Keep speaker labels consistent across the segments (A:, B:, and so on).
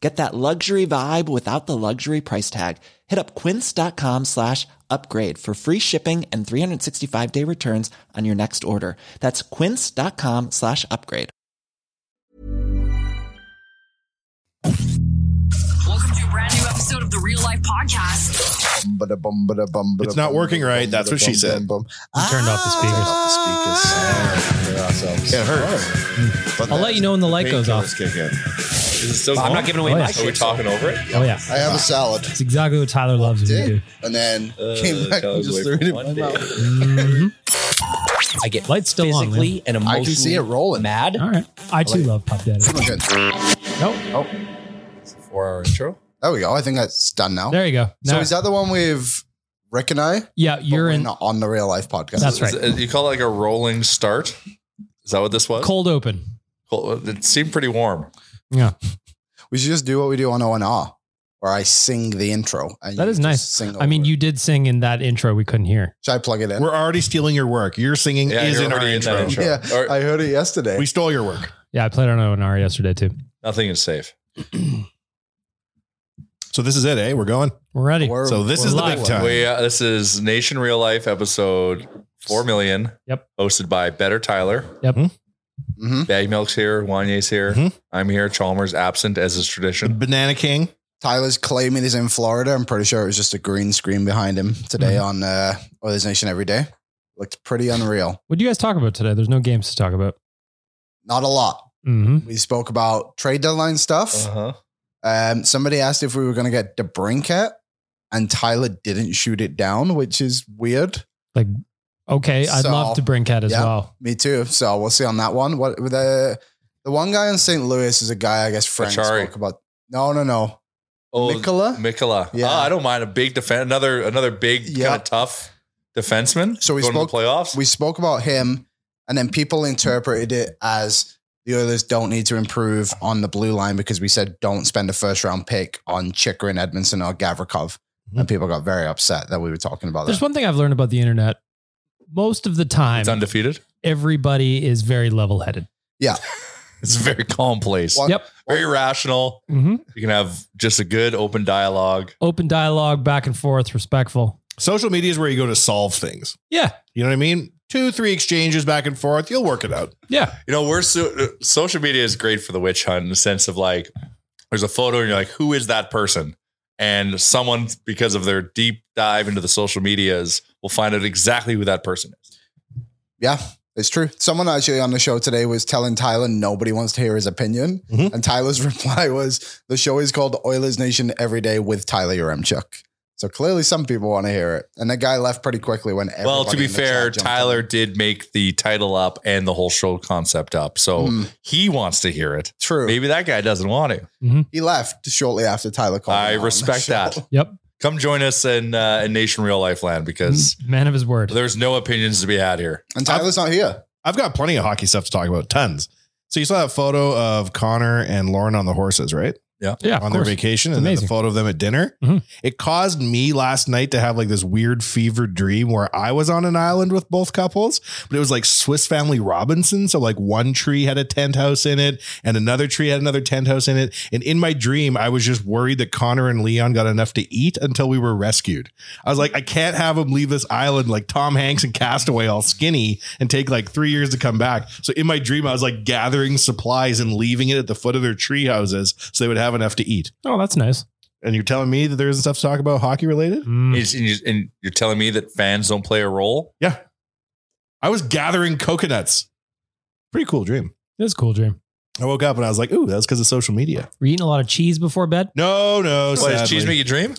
A: Get that luxury vibe without the luxury price tag. Hit up quince.com slash upgrade for free shipping and 365 day returns on your next order. That's quince.com slash upgrade.
B: Welcome to a brand new episode of the Real Life Podcast.
C: It's not working right. That's what she said.
D: We turned off the speakers.
E: Ah,
C: It hurts. But
D: Hmm. I'll let you know when the light goes off.
C: painkillers Kick in.
E: Is it still
D: I'm
E: going?
D: not giving away Oh, my yeah. shit,
E: Are we talking over it?
D: Oh yeah,
F: I have a salad.
D: it's exactly what Tyler loves. When you do.
F: Did. And then
E: Uh,
F: came back and just threw it in my mouth.
D: Mm-hmm.
G: I get
D: Light's still on,
G: physically and
F: I
G: emotionally
F: can see it rolling.
G: mad.
D: All right, I too love Puff Daddy.
F: Good.
D: Nope.
E: For our intro?
F: Oh. There we go. I think that's done now.
D: There you go.
F: So
D: No.
F: is that the one with Rick and I?
D: yeah,
F: But
D: you're
F: we're
D: in
F: not on the real life podcast.
D: That's right.
E: Is it- you call it like a rolling start? Is that what this was?
D: cold open.
E: Cool. It seemed pretty warm.
D: Yeah,
F: We should just do what we do on O and R, where I sing the intro. And
D: That
F: you
D: is
F: just
D: nice.
F: Sing
D: I mean,
F: over it.
D: you did sing in that intro we couldn't hear.
F: should I plug it in?
C: We're already stealing your work. Your singing
E: Yeah,
C: is
E: you're
C: in our
E: already in
C: intro.
E: that intro.
F: yeah,
E: Or-
F: I heard it yesterday.
C: We stole your work.
D: Yeah, I played on ONR yesterday too.
E: Nothing is safe.
C: So this is it, eh? We're going.
D: We're ready.
F: We're-
C: So this
F: we're
C: is the
D: live.
C: big time.
E: We, uh, this is Nation Real Life episode 4 million.
D: Yep.
E: Hosted by Better Tyler.
D: Yep.
C: Mm-hmm.
F: Mhm.
E: Bag Milk's here. Wanye's here.
C: Mhm.
E: I'm here. Chalmers absent as is
C: The
E: tradition.
C: Banana King.
F: Tyler's claiming he's in Florida. I'm pretty sure it was just a green screen behind him today
D: Mm-hmm.
F: on uh, Oilers Nation Every Day. Looked pretty unreal.
D: What do you guys talk about today? There's no games to talk about.
F: Not a lot.
D: hmm
F: We spoke about trade deadline stuff.
E: Uh-huh.
F: Um, somebody asked if we were going to get DeBrinket, and Tyler didn't shoot it down, which is weird.
D: Okay, I'd
F: So-
D: love to bring Cat as
F: Yeah.
D: well.
F: Me too. So we'll see on that one. What the the one guy in St. Louis is a guy I guess Frank
E: Achari.
F: spoke about. No, no, no.
E: Oh,
F: Mikola?
E: Mikola.
F: Yeah.
E: Yeah. I don't mind a big defense. Another another big kind
F: Yeah.
E: of tough defenseman.
F: So we
E: going
F: spoke-
E: to the playoffs.
F: We spoke about him, and then people interpreted it as the Oilers don't need to improve on the blue line because we said don't spend a first round pick on Chikrin, Edmondson, or Gavrikov. And people got very upset that we were talking about
D: There's
F: that.
D: one thing I've learned about the internet. Most of the time,
E: it's undefeated.
D: everybody is very level-headed.
E: It's a very calm place.
F: Well-
D: Yep.
E: Very rational.
D: hmm
E: You can have just a good open dialogue.
D: Open dialogue, back and forth, respectful.
C: Social media is where you go to solve things.
D: Yeah,
C: You know what I mean? Two, three exchanges back and forth. You'll work it out.
D: yeah.
E: You know, we're so, uh, social media is great for the witch hunt in the sense of like, there's a photo and you're like, who is that person? And someone, because of their deep dive into the social medias, will find out exactly who that person is.
F: Yeah, it's true. Someone actually on the show today was telling Tyler nobody wants to hear his opinion.
C: Mhm.
F: And Tyler's reply was the show is called Oilers Nation Every Day with Tyler Yaremchuk. So clearly, some people want to hear it. And the guy left pretty quickly when.
E: Well, to
F: everybody
E: be
F: in the chat
E: fair,
F: jumped on
E: Tyler
F: it.
E: did make the title up and the whole show concept up. So
F: Hmm,
E: he wants to hear it.
F: true.
E: Maybe that guy doesn't want to.
F: he left shortly after Tyler called.
E: I
F: him out on the
E: respect
F: show.
E: that.
D: Yep.
E: Come join us in uh, in Nation Real Life Land because
D: Mm, Man of his word.
E: there's no opinions to be had here.
F: And Tyler's not here.
C: I've got plenty of hockey stuff to talk about, tons. So you saw that photo of Connor and Lauren on the horses, right?
D: Yeah. Of
C: on their
D: course.
C: vacation,
D: It's
C: and then the
D: amazing.
C: photo of them at dinner.
D: Mhm.
C: It caused me last night to have like this weird fever dream where I was on an island with both couples, but it was like Swiss Family Robinson. So like one tree had a tent house in it, and another tree had another tent house in it. And in my dream, I was just worried that Connor and Leon got enough to eat until we were rescued. I was like, I can't have them leave this island like Tom Hanks and Castaway, all skinny, and take like three years to come back. So in my dream, I was like gathering supplies and leaving it at the foot of their tree houses so they would have enough to eat
D: Oh, that's nice.
C: and you're telling me that there isn't stuff to talk about hockey related?
D: Mm.
E: And you- and you're telling me that fans don't play a role?
C: Yeah. I was gathering coconuts. Pretty cool dream.
D: That's a cool dream.
C: I woke up and I was like, ooh, that's because of social media.
D: Were you eating a lot of cheese before bed?
C: No, no.
E: What, does
C: sadly.
E: cheese make you dream?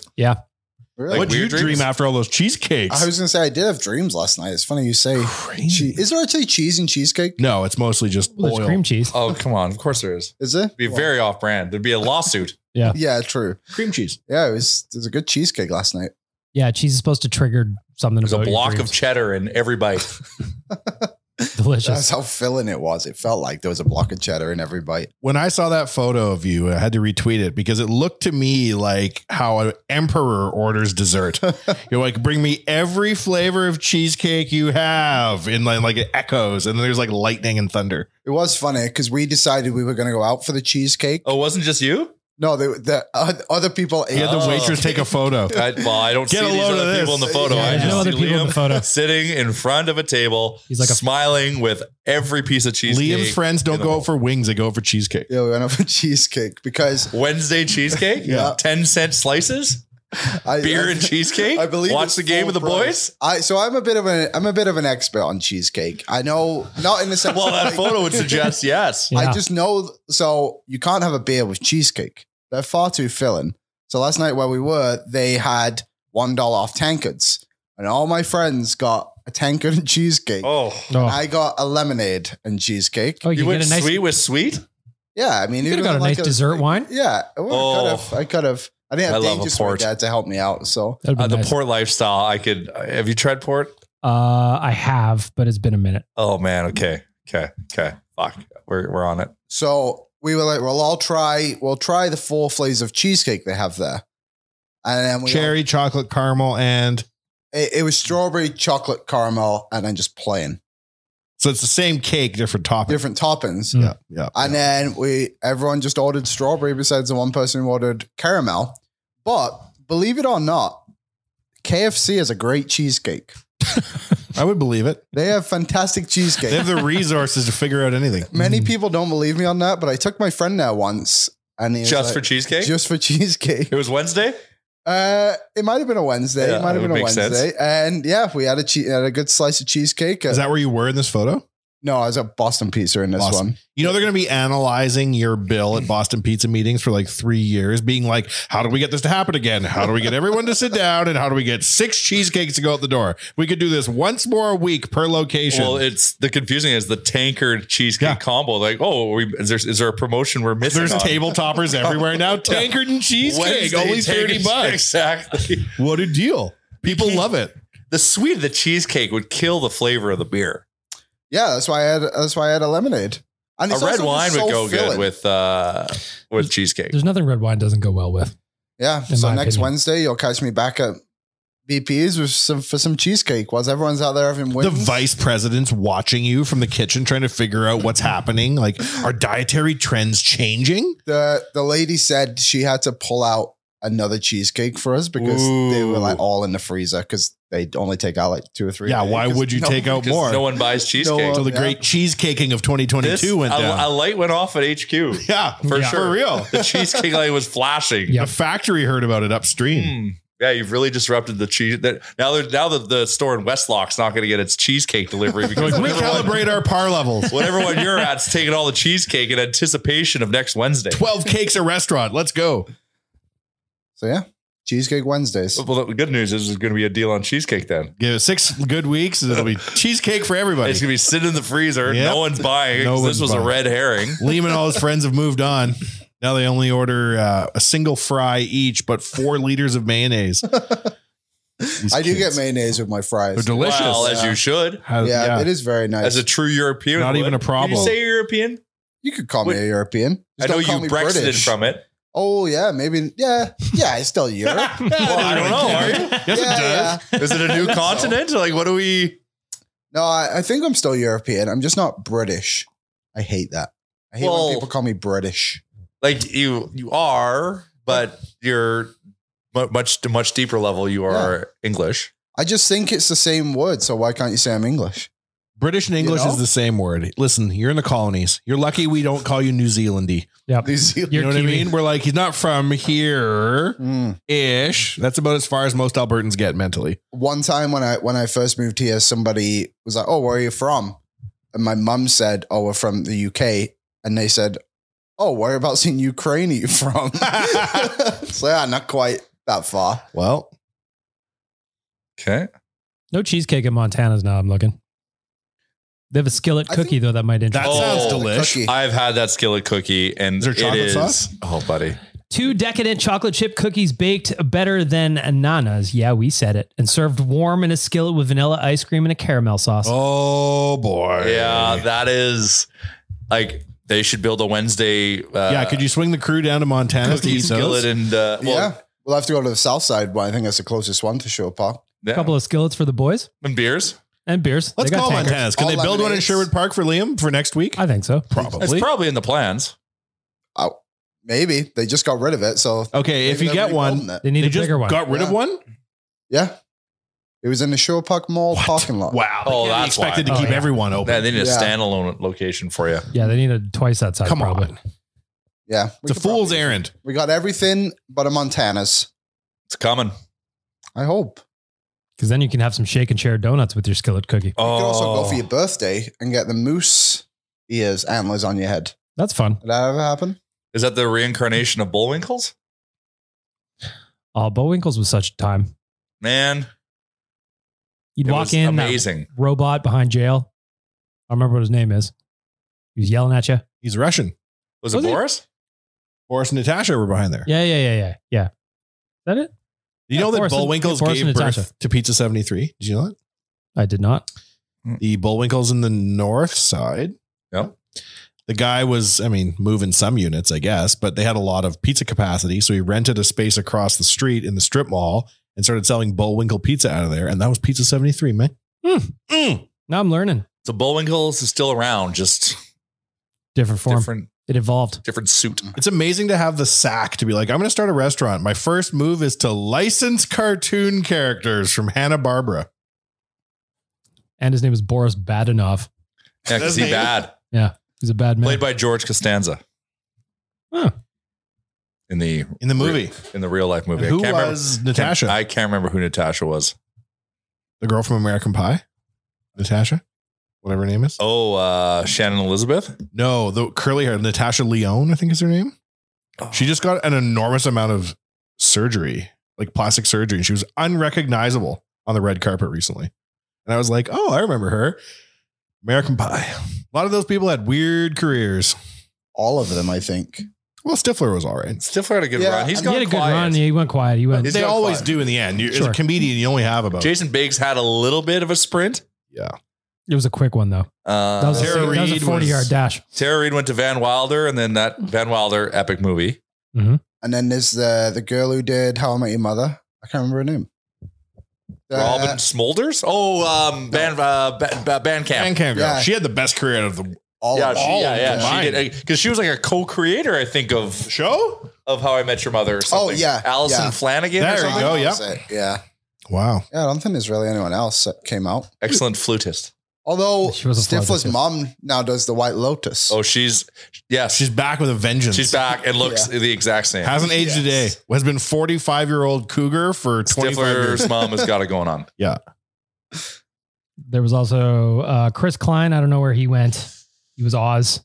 F: Really?
E: Like
C: What'd you
E: weird
C: dream
E: dreams?
C: after all those cheesecakes?
F: I was gonna say I did have dreams last night. It's funny you say.
C: Crazy.
F: Che- is there actually cheese and cheesecake?
C: no, it's mostly just
D: Well, there's
C: oil.
D: cream cheese.
E: Oh, come on. Of course there is.
F: Is there?
E: It'd be very off brand. There'd be a lawsuit.
F: Yeah, true.
C: Cream cheese.
F: Yeah, it was. There's a good cheesecake last night.
D: Yeah, cheese is supposed to trigger something.
E: There's a
D: about your
E: block of
D: dreams.
E: cheddar in every bite.
F: That's
D: delicious.
F: how filling it was. It felt like there was a block of cheddar in every bite.
C: When I saw that photo of you, I had to retweet it because it looked to me like how an emperor orders dessert. You're like, bring me every flavor of cheesecake you have. And like, like it echoes. And then there's like lightning and thunder.
F: It was funny because we decided we were going to go out for the cheesecake.
E: Oh, it wasn't just you?
F: No, the, the uh, other people ate.
C: You had the
E: Oh.
C: waitress take a photo.
E: I, well, I don't
C: Get
E: see
C: a
E: these
C: load
E: other
C: of this.
E: people in the photo.
C: Yeah,
E: I
C: there's
E: just
C: no
E: see
D: other people
E: Liam
D: in the photo.
E: sitting in front of a table.
D: He's like a-
E: smiling with every piece of cheesecake.
C: Liam's friends don't
E: in a
C: go
E: bowl.
C: out for wings; they go out for cheesecake.
F: Yeah, we went out for cheesecake because
E: Wednesday cheesecake.
F: Yeah.
E: ten cent slices.
F: I,
E: Beer
F: I-
E: and cheesecake.
F: I believe
E: Watch
F: it's
E: the game with the
F: full price.
E: boys.
F: I so I'm a bit of a I'm a bit of an expert on cheesecake. I know not in the sense.
E: Well,
F: of,
E: that
F: like-
E: photo would suggest yes.
D: Yeah.
F: I just know. So you can't have a beer with cheesecake. They're far too filling. So last night where we were, they had one dollar off tankards, and all my friends got a tankard and cheesecake.
E: Oh,
D: Oh.
F: I got a lemonade and cheesecake.
D: Oh, you,
E: you,
D: get
E: went
D: a nice.
E: sweet with sweet.
F: Yeah, I mean,
D: you could
F: even
D: have got a
F: like
D: nice dessert wine.
F: Yeah, well,
E: Oh.
F: I could have. I could have. I didn't
E: I
F: have
E: love a
F: dangerous
E: port.
F: dad to help me out. So
D: That'd be
E: Uh, the
D: nice.
E: port lifestyle. I could. Have you tried port?
D: Uh, I have, but it's been a minute.
E: Oh man. Okay. Okay. Okay. Fuck. We're we're on it.
F: so we were like, well, I'll try. We'll try the four flavors of cheesecake they have there, and then we
C: Cherry, chocolate, caramel, and
F: It, it was strawberry, chocolate, caramel, and then just plain
C: so it's the same cake, different topping.
F: different toppings.
D: Mm.
C: Yeah, yeah.
F: And then we everyone just ordered strawberry besides the one person who ordered caramel. But believe it or not, KFC has a great cheesecake.
C: I would believe it.
F: They have fantastic cheesecake.
C: They have the resources to figure out anything.
F: Many people don't believe me on that, but I took my friend there once, and he was
E: Just
F: like,
E: for cheesecake.
F: just for cheesecake.
E: it was Wednesday.
F: Uh, it might have been a Wednesday.
E: Yeah,
F: it might
E: that
F: have been
E: would
F: a
E: make
F: Wednesday,
E: sense.
F: and yeah, we had a che- had a good slice of cheesecake.
C: Is that where you were in this photo?
F: no, I was at Boston Pizza in this
C: Boston.
F: one.
C: You know they're going to be analyzing your bill at Boston Pizza meetings for like three years, being like, "How do we get this to happen again? How do we get everyone to sit down? And how do we get six cheesecakes to go out the door? We could do this once more a week per location."
E: Well, it's the confusing is the tankard cheesecake
C: Yeah.
E: combo. Like, oh, we, is there is there a promotion we're missing?
C: there's
E: on?
C: table toppers everywhere now. Tankard and cheesecake,
E: Wednesday
C: only thirty
E: tankard-
C: bucks.
E: Exactly.
C: What a deal! People
E: Because-
C: love it.
E: The sweet of the cheesecake would kill the flavor of the beer.
F: Yeah, that's why I had that's why I had a lemonade. And
E: A
F: it's
E: red
F: also
E: wine
F: so
E: would go
F: filling.
E: good with uh with cheesecake.
D: There's nothing red wine doesn't go well with.
F: yeah.
D: in
F: So
D: my
F: next
D: opinion.
F: Wednesday, you'll catch me back at BP's with some for some cheesecake. Whilst everyone's out there having
C: the
F: wings,
C: vice president's watching you from the kitchen trying to figure out what's happening like are dietary trends changing
F: the the lady said she had to pull out another cheesecake for us because they were
E: Ooh.
F: like all in the freezer because they only take out like two or three.
C: yeah
F: a day
C: why
F: 'cause
C: would you
F: no-
C: take out
E: Because
C: more
E: No one buys cheesecake.
C: so the
F: Yeah.
C: great cheesecaking of 2022
E: this,
C: went
E: a,
C: down
E: a light went off at HQ.
C: yeah
E: For
D: Yeah.
E: sure.
C: for real
E: The cheesecake light was flashing.
D: Yeah.
C: the factory heard about it upstream
E: Hmm. Yeah, you've really disrupted the cheese. That now, they're- now the, the store in Westlock's not going to get its cheesecake delivery because
C: like we calibrate our par levels
E: whatever one you're at's taking all the cheesecake in anticipation of next Wednesday.
C: 12 cakes a restaurant let's go
F: So yeah, Cheesecake Wednesdays.
E: Well, the good news is there's going to be a deal on cheesecake then.
C: Give it six good weeks, and it'll be cheesecake for everybody.
E: It's going to be sitting in the freezer.
C: Yep.
E: No one's buying it 'cause
C: No
E: this
C: one's
E: was
C: buying.
E: a red herring.
C: Liam and all his friends have moved on. Now they only order uh, a single fry each, but four liters of mayonnaise. These
F: I do
C: kids.
F: get mayonnaise with my
C: They're
F: fries.
C: delicious.
E: Well, as
F: Yeah.
E: you should.
C: How-
F: yeah, it is very nice.
E: As a true European.
C: Not
E: would.
C: even a
E: Did
C: problem.
E: you say you're European?
F: you could call me
E: Wait.
F: a European.
E: I
F: Just
E: know
F: don't call
E: you
F: me
E: Brexited
F: British.
E: from it.
F: Oh yeah, maybe. Yeah, yeah. It's still Europe. yeah,
E: Well, I don't know. Are you?
C: Yes,
F: yeah.
C: it does.
E: Is it a new continent? Like, what do we?
F: No, I, I think I'm still European. I'm just not British. I hate that. I hate
E: Well-
F: when people call me British.
E: Like you, you are, but you're mu- much to much deeper level. You are English.
F: I just think it's the same word. So why can't you say I'm English?
C: British and English
F: You know?
C: is the same word. Listen, you're in the colonies. You're lucky we don't call you New Zealandy.
D: Yep.
F: New Zealand.
C: You
D: You're
C: know what I
D: Kiwi.
C: mean? We're like, he's not from here
F: Mm.
E: Hmm.
C: ish. That's about as far as most Albertans get mentally.
F: One time when I when I first moved here, somebody was like, "Oh, where are you from?" And my mum said, "Oh, we're from the UK," and they said, "Oh, whereabouts in Ukraine are you from?" so yeah, not quite that far.
C: Well,
E: Okay.
D: No cheesecake in Montana's now. I'm looking. They have a skillet
F: I
D: cookie
F: think-
D: though that might interest.
C: that
E: Oh,
C: sounds delish.
F: Cookie.
E: I've had that skillet cookie, and
C: Is there chocolate
E: it is.
C: sauce?
E: Oh, buddy,
D: Two decadent chocolate chip cookies baked better than Nana's. Yeah, we said it. And served warm in a skillet with vanilla ice cream and a caramel sauce.
C: Oh boy.
E: yeah, that is like they should build a Wednesday. Uh,
C: yeah. Could you swing the crew down to Montana to
E: cookie
C: eat those?
E: skillet and uh, well,
F: yeah, we'll have to go to the south side. But I think that's the closest one to Shore Park.
E: yeah.
D: A couple of skillets for the boys
E: and beers.
D: and beers.
C: Let's
D: They got
C: call
D: tankers.
C: Montana's. Can
F: All
C: they build one in
F: lemonades.
C: Sherwood Park for Liam for next week?
D: I think so.
C: Probably.
E: It's probably in the plans.
F: Oh, Maybe they just got rid of it. So
C: okay, if
F: maybe
C: you
F: they're
C: get one,
F: rebuilding it.
D: They need
C: they
D: a
C: just
D: bigger one.
C: got rid of
F: Yeah.
C: one.
F: Yeah. It was in the Shore Park Mall parking lot.
C: Wow.
E: Oh,
C: they can't be
E: that's
C: expected to
E: why.
D: Oh,
C: keep
D: yeah.
C: everyone open.
E: Yeah, they need a
F: Yeah.
E: standalone location for you.
D: yeah, they need a twice that size.
C: Come on.
D: probably.
F: Yeah. we
C: It's a
F: could
C: fool's
F: probably-
C: errand.
F: We got everything but a Montana's.
E: It's coming.
F: I hope.
D: because then you can have some shake and share donuts with your skillet cookie.
E: Oh,
F: You can also go for your birthday and get the moose ears antlers on your head.
D: That's fun.
F: Did that ever happen?
E: is that the reincarnation of Bullwinkles?
D: Oh, Bullwinkles was such a time.
E: Man,
D: You'd
E: it
D: walk
E: was
D: in, that
E: amazing.
D: robot behind jail. I don't remember what his name is. He was yelling at you.
C: He's Russian.
E: Was it
D: Was it-
E: Boris?
C: Boris and Natasha were behind there.
D: Yeah, yeah, yeah, yeah, yeah. Is that it?
C: You know
D: Yeah,
C: that
D: Boris and-
C: Bullwinkles
D: Boris
C: gave
D: and
C: birth
D: Natasha.
C: to Pizza 73. Did you know that?
D: I did not.
C: The Bullwinkles in the north side.
E: Mm. Yep.
C: The guy was, I mean, moving some units, I guess, but they had a lot of pizza capacity. So he rented a space across the street in the strip mall and started selling Bullwinkle pizza out of there. And that was Pizza 73, man.
D: Now I'm learning.
E: So Bullwinkles is still around, just
D: Different form.
E: different
D: It evolved.
E: different suit.
C: It's amazing to have the sack to be like, I'm going to start a restaurant. My first move is to license cartoon characters from Hanna-Barbera.
D: And his name is Boris Badenov.
E: Yeah, because he
C: Doesn't he?
E: bad.
D: He's a bad man.
E: Played by George Costanza.
D: Huh.
E: In the
C: In the movie.
E: in the real life movie.
C: And who
E: remember-
C: was Natasha?
E: I can't remember who Natasha was.
C: the girl from American Pie? Natasha? Whatever her name is.
E: Oh, uh, Shannon Elizabeth.
C: No, the curly hair, Natasha Leone, I think is her name. She
E: Oh.
C: just got an enormous amount of surgery, like plastic surgery. and She was unrecognizable on the red carpet recently. And I was like, oh, I remember her. American Pie. A lot of those people had weird careers.
F: All of them, I think.
C: Well, Stifler was all right.
E: Stifler had a good
F: Yeah,
E: run. He's
F: and
D: he
E: gone
D: had a good
E: quiet.
D: run. He went quiet. He went.
E: He's
C: they
E: got
C: always
E: five.
C: do in the end. You're, As a
D: Sure.
C: comedian, you only have about
E: Jason Biggs had a little bit of a sprint.
D: It was a quick one though.
E: Uh,
D: That was, a,
C: Tara
D: that was a
C: Reid
D: 40
C: was-
D: yard dash.
E: Tara Reid went to Van Wilder, and then that Van Wilder epic movie.
F: And then there's the the girl who did How I Met Your Mother. I can't remember her name. The-
E: Robin Smolders. Oh, um, Van uh, ba- ba- Bandcamp.
C: and Cam
F: Yeah.
C: She had the best career out of the
F: all
E: Yeah,
F: of
E: she,
F: them.
E: yeah, yeah, she
C: combined.
E: did because she was like a co-creator, I think, of
C: show.
E: of How I Met Your Mother. Or something.
F: Oh, yeah,
E: Allison
F: yeah.
E: Flanagan. or
C: There you
E: something.
C: go,
F: That
C: yeah.
F: was it, Yeah.
C: Wow.
F: Yeah, I don't think there's really anyone else that came out.
E: Excellent flutist.
F: Although
D: She was a flawed
F: Stifler's
D: detective.
F: mom now does the White Lotus.
E: Oh, she's yes,
C: She's
E: she's
C: back with a vengeance.
E: she's back and looks the exact same.
C: Hasn't aged
F: Yes.
C: a day. Has been 45 year old cougar for 25 years.
E: Stifler's mom has got it going on.
D: There was also uh, Chris Klein. I don't know where he went. He was Oz.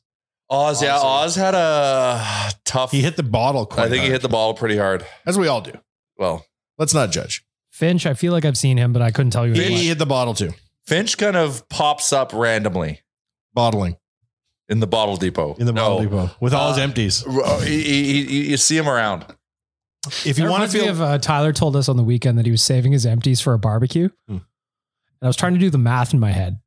E: Oz, yeah, Oz had a tough.
C: He hit the bottle quite
E: I think he hit the ball pretty hard.
C: As we all do.
E: Well,
C: Let's not judge.
D: Finch, I feel like I've seen him, but I couldn't tell you.
C: He
D: what.
C: hit the bottle too.
E: Finch kind of pops up randomly
C: Bottling
E: in the bottle depot.
C: in the bottle
E: No.
C: depot with all his
E: Uh,
C: empties.
E: Ro- he- he- he- you see him around.
C: If you want
D: That
C: to
D: reminds me
C: feel,
D: of, uh, Tyler told us on the weekend that he was saving his empties for a barbecue,
C: Hmm.
D: and I was trying to do the math in my head.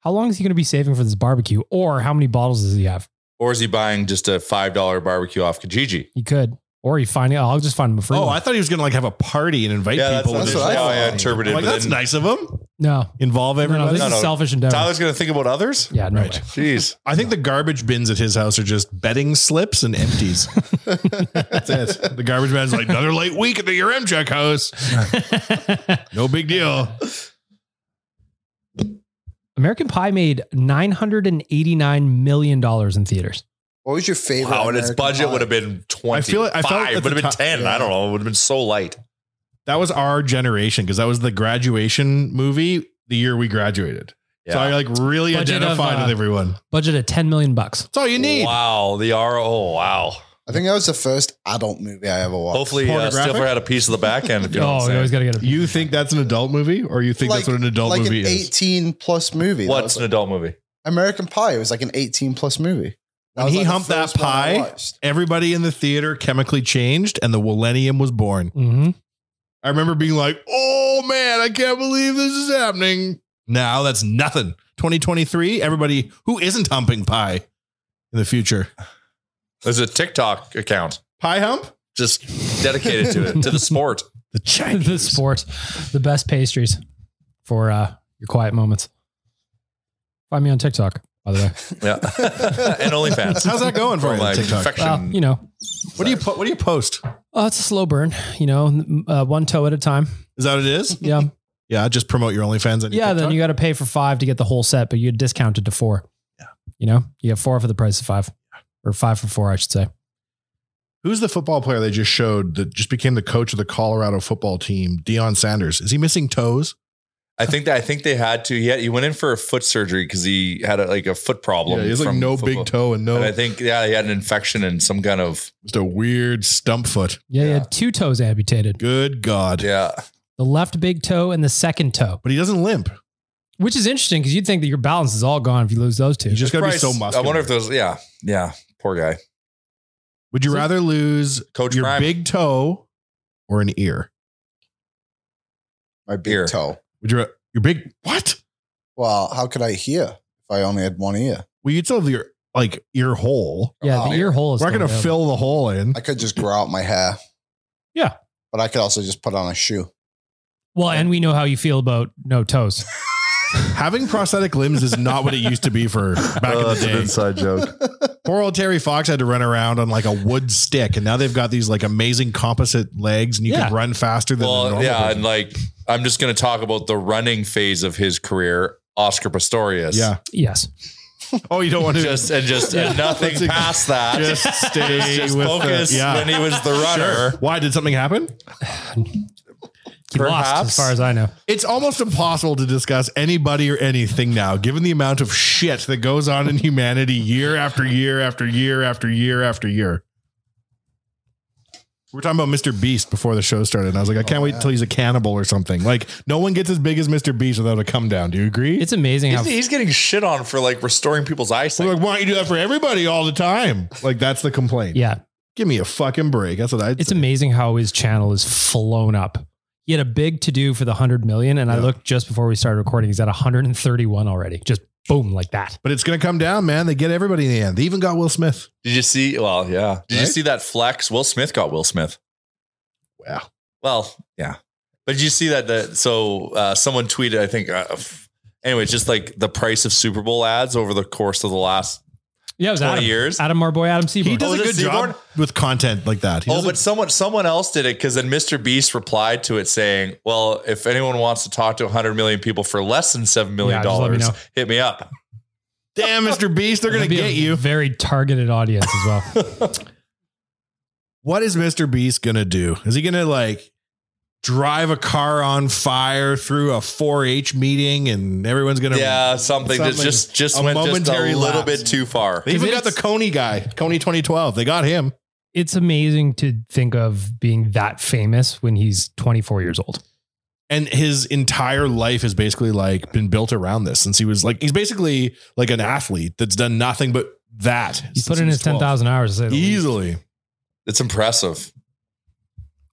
D: How long is he going to be saving for this barbecue, or how many bottles does he have?
E: Or is he buying just a five dollar barbecue off Kijiji?
D: He could, or he find. I'll just find him a free.
C: oh,
D: one.
C: I thought he was going to like have a party and invite
E: Yeah, that's,
C: people.
E: what
C: with
E: that's
C: his-
F: what I
E: how I
F: thought.
E: interpreted.
C: I'm like,
E: but
C: that's
E: then
C: nice of him.
D: no,
C: Involve
D: no, no,
C: everybody.
D: this
E: No,
D: is
E: no.
D: selfish endeavor.
E: Tyler's going to think about others.
D: yeah, no
C: Right.
D: way.
E: Jeez,
C: I think the garbage bins at his house are just betting slips and empties. That's it. The garbage man's like another late week at the your check house. No big deal.
D: American Pie made nine hundred and eighty nine million dollars in theaters.
F: What was your favorite?
E: wow! And its
F: American
E: budget
F: Pie?
E: would have been twenty.
C: I feel it- I felt at
E: would have
C: the
E: been
C: ti-
E: ten. I don't know. It would have been so light.
C: That was our generation because that was the graduation movie the year we graduated.
E: Yeah.
C: So I like really
D: Budget of,
C: identified
D: uh,
C: with everyone.
D: Budget of ten million bucks.
C: That's all you need.
E: Wow, the RO. Wow.
F: I think that was the first adult movie I ever watched.
E: Hopefully, uh,
C: Pornographic?
E: Stilfer had a piece of the back end. If you know
D: Oh,
E: what
D: we
E: I'm
D: always
E: saying.
D: got to get a
C: You think that's an adult movie, or you think
F: Like-
C: that's what an adult
F: like
C: movie
F: an
C: is?
F: 18 plus movie. That
E: What's
F: was
E: an
F: like-
E: adult movie?
F: American Pie? It was like an 18 plus movie.
C: When
F: That was
C: he
F: like the
C: humped that
F: first one I
C: pie-
F: watched.
C: Everybody in the theater chemically changed, and the millennium was born.
D: Mhm.
C: I remember being like, "Oh man, I can't believe this is happening." Now that's nothing. 2023, everybody who isn't humping pie in the future,
E: There's a TikTok account
C: pie hump.
E: just dedicated to it, to the sport.
C: The
D: the sport, the best pastries for uh, your quiet moments. Find me on TikTok, by the way.
E: Yeah. and OnlyFans.
C: How's that going for
E: From,
C: you? on
E: like,
C: TikTok?
E: infection.
D: well, you know,
C: What do you po- What do you post?
D: oh, it's a slow burn. You know, n- uh, one toe at a time.
C: Is that what it is?
D: Yeah,
C: Yeah, just promote your OnlyFans. On your
D: yeah. Then
C: TikTok?
D: you got to pay for five to get the whole set, but you discount it to four. Yeah, you know, you get four for the price of five, or five for four, I should say.
C: Who's the football player they just showed that just became the coach of the Colorado football team? Deion Sanders. Is he missing toes?
E: I think that I think they had to. He, had, he went in for a foot surgery because he had a, like a foot problem.
C: yeah, he has like
E: from
C: no
E: football.
C: big toe and no
E: And I think yeah, he had an infection and some kind of
C: just a weird stump foot.
D: Yeah, you
E: Yeah.
D: had two toes amputated,
C: Good God.
E: yeah.
D: the left big toe and the second toe,
C: But he doesn't limp.
D: which is interesting because you'd think that your balance is all gone if you lose those two.
C: You just got to be
E: Christ,
C: so muscular.
E: I wonder if those. Yeah, yeah. Poor guy.
C: Would you rather lose
E: Coach
C: your
E: Prime.
C: big toe or an ear?
F: My big
E: Ear.
F: toe.
C: Would you ra- your big what?
F: Well, how could I hear if I only had one ear?
C: Well, you'd still have your like ear hole.
D: yeah, the ear hole is
C: Oh, We're not going
D: still
C: to
D: available.
C: fill the hole in.
F: I could just grow out my hair.
D: Yeah.
F: But I could also just put on a shoe.
D: Well, and we know how you feel about no toes.
C: Having prosthetic limbs is not what it used to be for back in the day.
E: inside joke.
C: Poor old Terry Fox had to run around on like a wood stick, and now they've got these like amazing composite legs, and you
D: Yeah.
C: can run faster than the
E: well,
C: normal.
E: yeah,
C: person.
E: and like I'm just gonna talk about the running phase of his career. Oscar Pistorius.
C: yeah.
D: yes.
C: Oh, you don't want to
E: Just and just and nothing
C: Let's-
E: past that.
C: just stay
E: just
C: with
E: focus
C: the, yeah.
E: when he was the
C: Sure.
E: runner.
C: Why did something happen?
D: He lost, as
E: Perhaps.
D: far as I know.
C: It's almost impossible to discuss anybody or anything now, given the amount of shit that goes on in humanity year after year after year after year after year. We We're talking about Mr. Beast before the show started, and I was like, I
D: Oh,
C: can't wait until he's a cannibal or something. Like, no one gets as big as Mr. Beast without a come down. Do you agree?
D: It's amazing how
E: He's, he's getting shit on for like restoring people's
C: We're
E: eyesight.
C: like, why don't you do that for everybody all the time? Like, that's the complaint.
D: yeah,
C: Give me a fucking break. That's what I.
D: it's amazing how his channel is flown up. He had a big to do for the 100 million and I
C: Yeah.
D: looked just before we started recording he's at 131 already. Just boom like that.
C: But it's gonna come down, man. They get everybody in the end. They even got Will Smith.
E: Did you see? Well, yeah. Did you
C: Right?
E: see that flex? Will Smith got Will Smith.
C: Wow.
E: Well, yeah. But did you see that? That so uh, someone tweeted. I think. Uh, f- anyway, it's just like the price of Super Bowl ads over the course of the last
D: Yeah, it was
E: 20
D: Adam,
E: years.
D: Adam our boy Adam Seaborn.
C: He does
E: Oh,
C: a
E: is
C: good
E: it
C: job
E: Seaborn?
C: with content like that. He
E: Oh,
C: does a-
E: but someone someone else did it because then Mr. Beast replied to it saying, "Well, if anyone wants to talk to 100 million people for less than seven million
D: Yeah, just let me
E: dollars,
D: know.
E: hit me up."
C: damn, Mr. Beast, they're gonna
D: That'd be
C: get
D: a
C: you.
D: Very targeted audience as well.
C: What is Mr. Beast gonna do? Is he gonna like drive a car on fire through a 4-H meeting and everyone's gonna?
E: yeah, something,
C: something-
E: that just just
C: a
E: went just a
C: momentary
E: little
C: lapse.
E: bit too far.
C: They even
D: Because
C: got the
D: it's-
C: Coney guy, Coney 2012. They got him.
D: it's amazing to think of being that famous when he's 24 years old.
C: and his entire life has basically like been built around this since he was like he's basically like an athlete that's done nothing but that.
D: He's
C: since
D: put in
C: he was
D: his 10,000 hours. to say
C: 12.
D: the least.
C: easily.
E: It's impressive.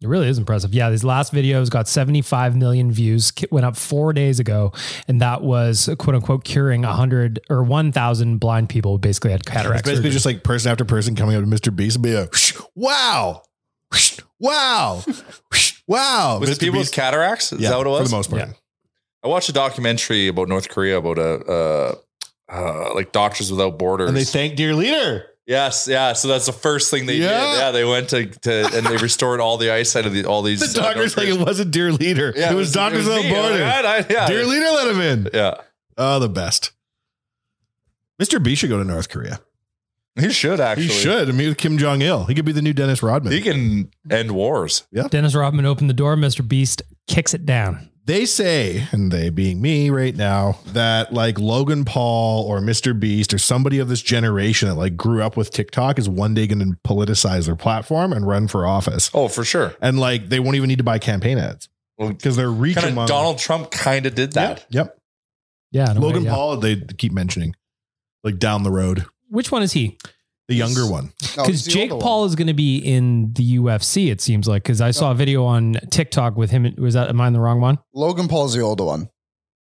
D: It really is impressive. Yeah, these last videos got 75 million views. Ki- Went up four days ago, and that was quote unquote curing 100 or 1,000 blind people who basically had
C: It's
D: cataract
C: basically
D: surgery.
C: just like person after person coming up to Mr. Beast and be like, wow, wow, wow.
E: Was it people's
C: Beast-
E: cataracts? Is
C: Yeah,
E: that what it was?
C: For the most part.
D: Yeah.
E: I watched a documentary about North Korea about a uh, uh, like Doctors Without Borders.
C: And they thank dear leader.
E: yes, yeah. So that's the first thing they
C: Yeah.
E: did. Yeah, they went to, to and they restored all the eyesight of the, all these.
C: The
E: uh, North
C: doctor's like,
E: Koreans.
C: it wasn't dear leader.
E: Yeah,
C: it was Doctors Without
E: me. I'm
C: Borders.
E: like, I- I- yeah,
C: dear leader let him in.
E: yeah.
C: Oh, the best. Mr. B should go to North Korea.
E: He should actually.
C: He should. I mean, with Kim Jong Il, he could be the new Dennis Rodman.
E: He can end wars.
D: Dennis Rodman opened the door. Mr. Beast kicks it down.
C: they say, and they being me right now, that like Logan Paul or Mr. Beast or somebody of this generation that like grew up with TikTok is one day going to politicize their platform and run for office.
E: Oh, for sure.
C: And like they won't even need to buy campaign ads
E: Well,
C: because they're reaching
E: kind of Donald Trump kind of did that.
C: Yep. yep.
D: Yeah, in a way,
C: Logan
D: yeah.
C: Paul, they keep mentioning like down the road,
D: Which one is he?
C: the younger one.
F: No, it's
D: Because
F: Oh, the
D: Jake
F: older
D: Paul
F: one.
D: is going to be in the UFC. It seems like because I saw a video on TikTok with him. Was that am I in the wrong one?
F: Logan Paul's the older one.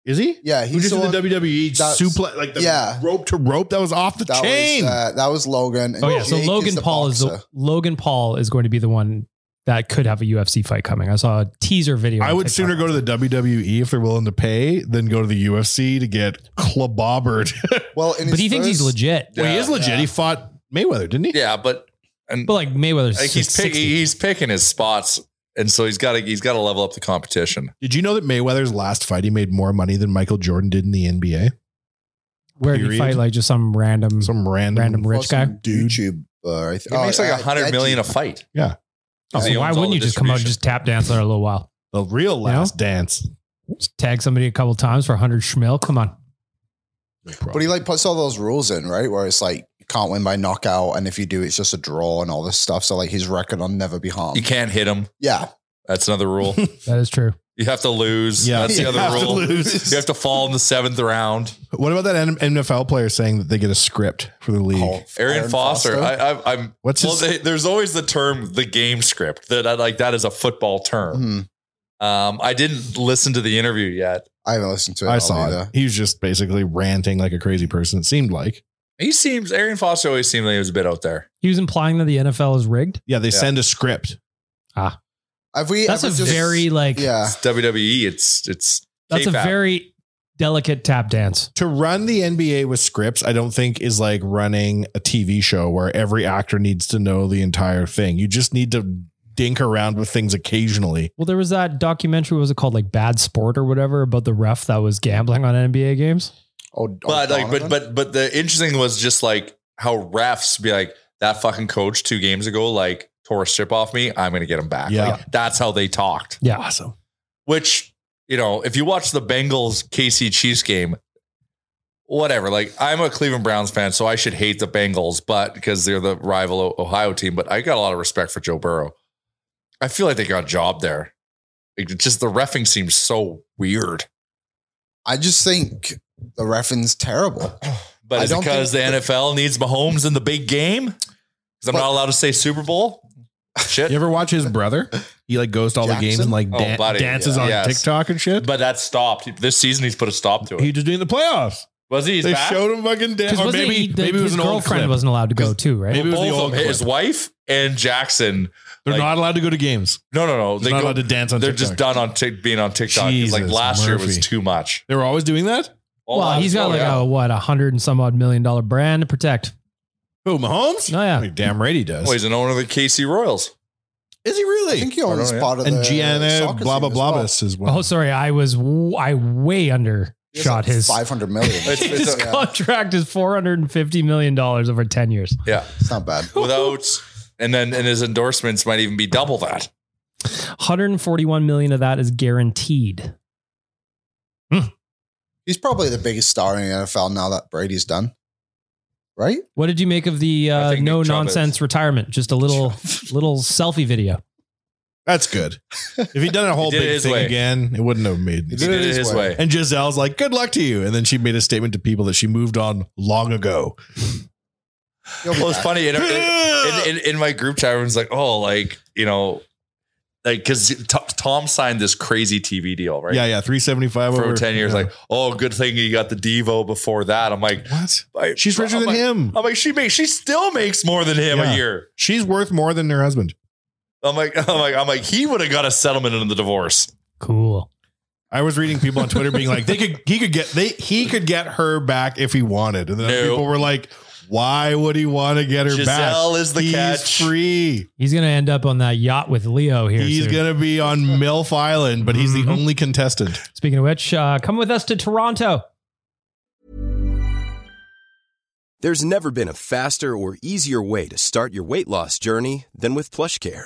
C: Is he?
F: Yeah,
C: Who
F: he's
C: just
F: the
C: did
F: one.
C: the WWE
F: that's-
C: suplex, like the
F: yeah.
C: rope to rope that was off the
F: that
C: chain.
F: was uh, that was Logan. and
D: Oh yeah, so
F: Jake is
D: Logan
F: the
D: Paul is the
F: boxer.
D: Logan Paul is going to be the one that could have a UFC fight coming. I saw a teaser video.
C: I
D: on
C: would
D: TikTok.
C: sooner go to the WWE if they're willing to pay than go to the UFC to get clobbered.
F: well, in
D: but
F: his
D: he thinks he's
F: first-
D: legit.
C: well, he is legit.
F: Yeah.
C: He fought Mayweather, didn't he?
E: Yeah, but and
D: But like Mayweather's
E: like he's pick,
D: 60.
E: he's picking his spots, and so he's got to he's got to level up the competition.
C: Did you know that Mayweather's last fight he made more money than Michael Jordan did in the NBA?
D: where did he
C: period.
D: fight like just some random
C: Some random,
D: random rich guy.
F: Awesome YouTube. Uh, I th-
E: He makes like a hundred million a fight.
C: Yeah.
E: 'Cause he
D: Oh, why
E: owns all
D: wouldn't
E: the
D: you just come out and
E: distribution.
D: just tap dance for a little while?
C: the real last dance.
D: Just tag somebody a couple times for hundred schmil. Come on,
F: But he like puts all those rules in, right? Where it's like you can't win by knockout, and if you do, it's just a draw and all this stuff. So like his record on never be harmed.
E: You can't hit him.
F: Yeah,
E: That's another rule.
D: that is true.
E: You have to lose. Yeah, that's the
F: You
E: other
F: have to
E: rule.
C: lose.
E: You have to fall in the seventh round.
C: What about that N- NFL player saying that they get a script for the league?
F: Oh,
E: Arian
F: Aaron
E: Foster. I, I, I'm.
C: What's
E: well,
C: his-
E: they, there's always the term the game script that I like. That is a football term.
F: Mhm.
E: Um, I didn't listen to the interview yet.
F: I haven't listened to it.
C: I
F: all
C: saw it.
F: either.
C: He was just basically ranting like a crazy person. It seemed like.
E: He seems Arian Foster always seemed like he was a bit out there.
D: He was implying that the NFL is rigged.
C: Yeah, they
E: Yeah.
C: send a script.
F: Have we?
D: That's a
F: ever just-
D: very like
F: yeah.
E: It's WWE. It's it's
D: that's a
E: K-fab.
D: very delicate tap dance.
C: to run the NBA with scripts, I don't think is like running a TV show where every actor needs to know the entire thing. You just need to dink around with things occasionally.
D: Well, there was that documentary. What was it called like Bad Sport or whatever about the ref that was gambling on NBA games?
F: Oh,
E: but like but
F: Donovan?
E: but but the interesting was just like how refs be like that fucking coach two games ago like tore a strip off me i'm gonna get him back
C: Yeah.
E: like, that's how they talked
D: Yeah.
C: Awesome.
E: which you know if you watch the bengals kc chiefs game whatever like i'm a cleveland browns fan so i should hate the bengals but because they're the rival O- ohio team but i got a lot of respect for joe burrow i feel like they got a job there Like, it just the refing seems so weird
F: I just think the refing's terrible.
E: But
F: I
E: is it
F: don't
E: because the
F: think
E: NFL needs Mahomes in the big game? Because I'm
F: But-
E: not allowed to say Super Bowl. Shit.
C: You ever watch his brother? He like goes to all the
F: Jackson?
C: games and like
E: Oh,
C: dan-
E: buddy,
C: dances
E: yeah.
C: on
E: Yes.
C: TikTok and shit.
E: but that stopped. This season, he's put a stop to it.
C: he just doing the playoffs.
E: was he? He's
C: they
E: back?
C: showed him fucking dance.
D: Because
C: Or
D: wasn't
C: maybe
D: he, the,
C: maybe it was
D: his
C: an old
D: girlfriend
C: clip.
D: wasn't alled to go too, right?
C: Maybe it was
E: Both
C: the
E: of
C: old
E: them,
C: clip.
E: his wife and Jackson.
C: They're
E: like-
C: not allowed to go to games.
E: No, no, no.
C: They're
E: They
C: not
E: go-
C: allowed to dance on.
E: they're
C: TikTok.
E: just done on tick being on TikTok. 'Cause, like
C: Jesus,
E: last year was
C: Murphy.
E: too much.
C: They were always doing that.
E: All
D: well,
E: last-
D: he's got
E: oh,
D: like
E: yeah.
D: a what, a hundred and some odd million dollar brand to protect.
C: Who Mahomes?
D: Oh, yeah.
C: Like, damn right he does.
E: Oh, he's an owner of the KC Royals.
C: Is he
F: I
C: really?
F: think he owns
E: know, yeah.
F: part of
C: and
F: the
C: Gianna
F: soccer
C: blah blah
F: team as
C: blah
F: well.
C: as well.
D: Oh, sorry, I was w- I way under
F: He has,
D: shot
F: like,
D: his.
F: 500 million.
E: It's- it's
D: his
E: a- yeah.
D: contract is four hundred and fifty million dollars over ten years.
E: Yeah.
F: It's not bad.
E: Without, and then, and his endorsements might even be double that.
D: One hundred and forty-one million of that is guaranteed.
F: He's probably the biggest star in the NFL now that Brady's done. right?
D: What did you make of the
E: I
D: uh,
E: think Nick
D: no
E: Chubb
D: nonsense
E: is-
D: retirement? Just a little little selfie video.
C: That's good. If he'd done a whole
E: He did it
C: big
E: his
C: thing
E: way.
C: again, it wouldn't have made.
E: He did it his way.
C: And Giselle's like, "Good luck to you," and then she made a statement to people that she moved on long ago.
F: You'll be
E: Well, it's
F: back.
E: funny. In, in, in, in my group chat, everyone's like, oh, like, you know, like, because Tom signed this crazy TV deal, right?
C: Yeah, yeah, three seventy five
E: For
C: over
E: 10 years.
C: yeah.
E: Like, oh, good thing you got the Devo before that. I'm like,
C: what?
E: I-
C: She's richer
E: I'm
C: than
E: like-
C: him.
E: I'm like, she makes, she still makes more than him
C: Yeah.
E: a year.
C: She's worth more than her husband.
E: I'm like, I'm like, I'm like, he would have got a settlement in the divorce.
D: Cool.
C: I was reading people on Twitter being like, they could, he could get, they, he could get her back if he wanted, and then
E: No.
C: people were like, why would he want to get her
E: Giselle
C: back?
E: is the
C: He's
E: catch.
C: free.
D: He's gonna end up on that yacht with Leo here.
C: He's
D: soon.
C: gonna be on Milf Island, but he's
D: Mhm.
C: the only contestant.
D: Speaking of which, uh, come with us to Toronto.
H: There's never been a faster or easier way to start your weight loss journey than with PlushCare.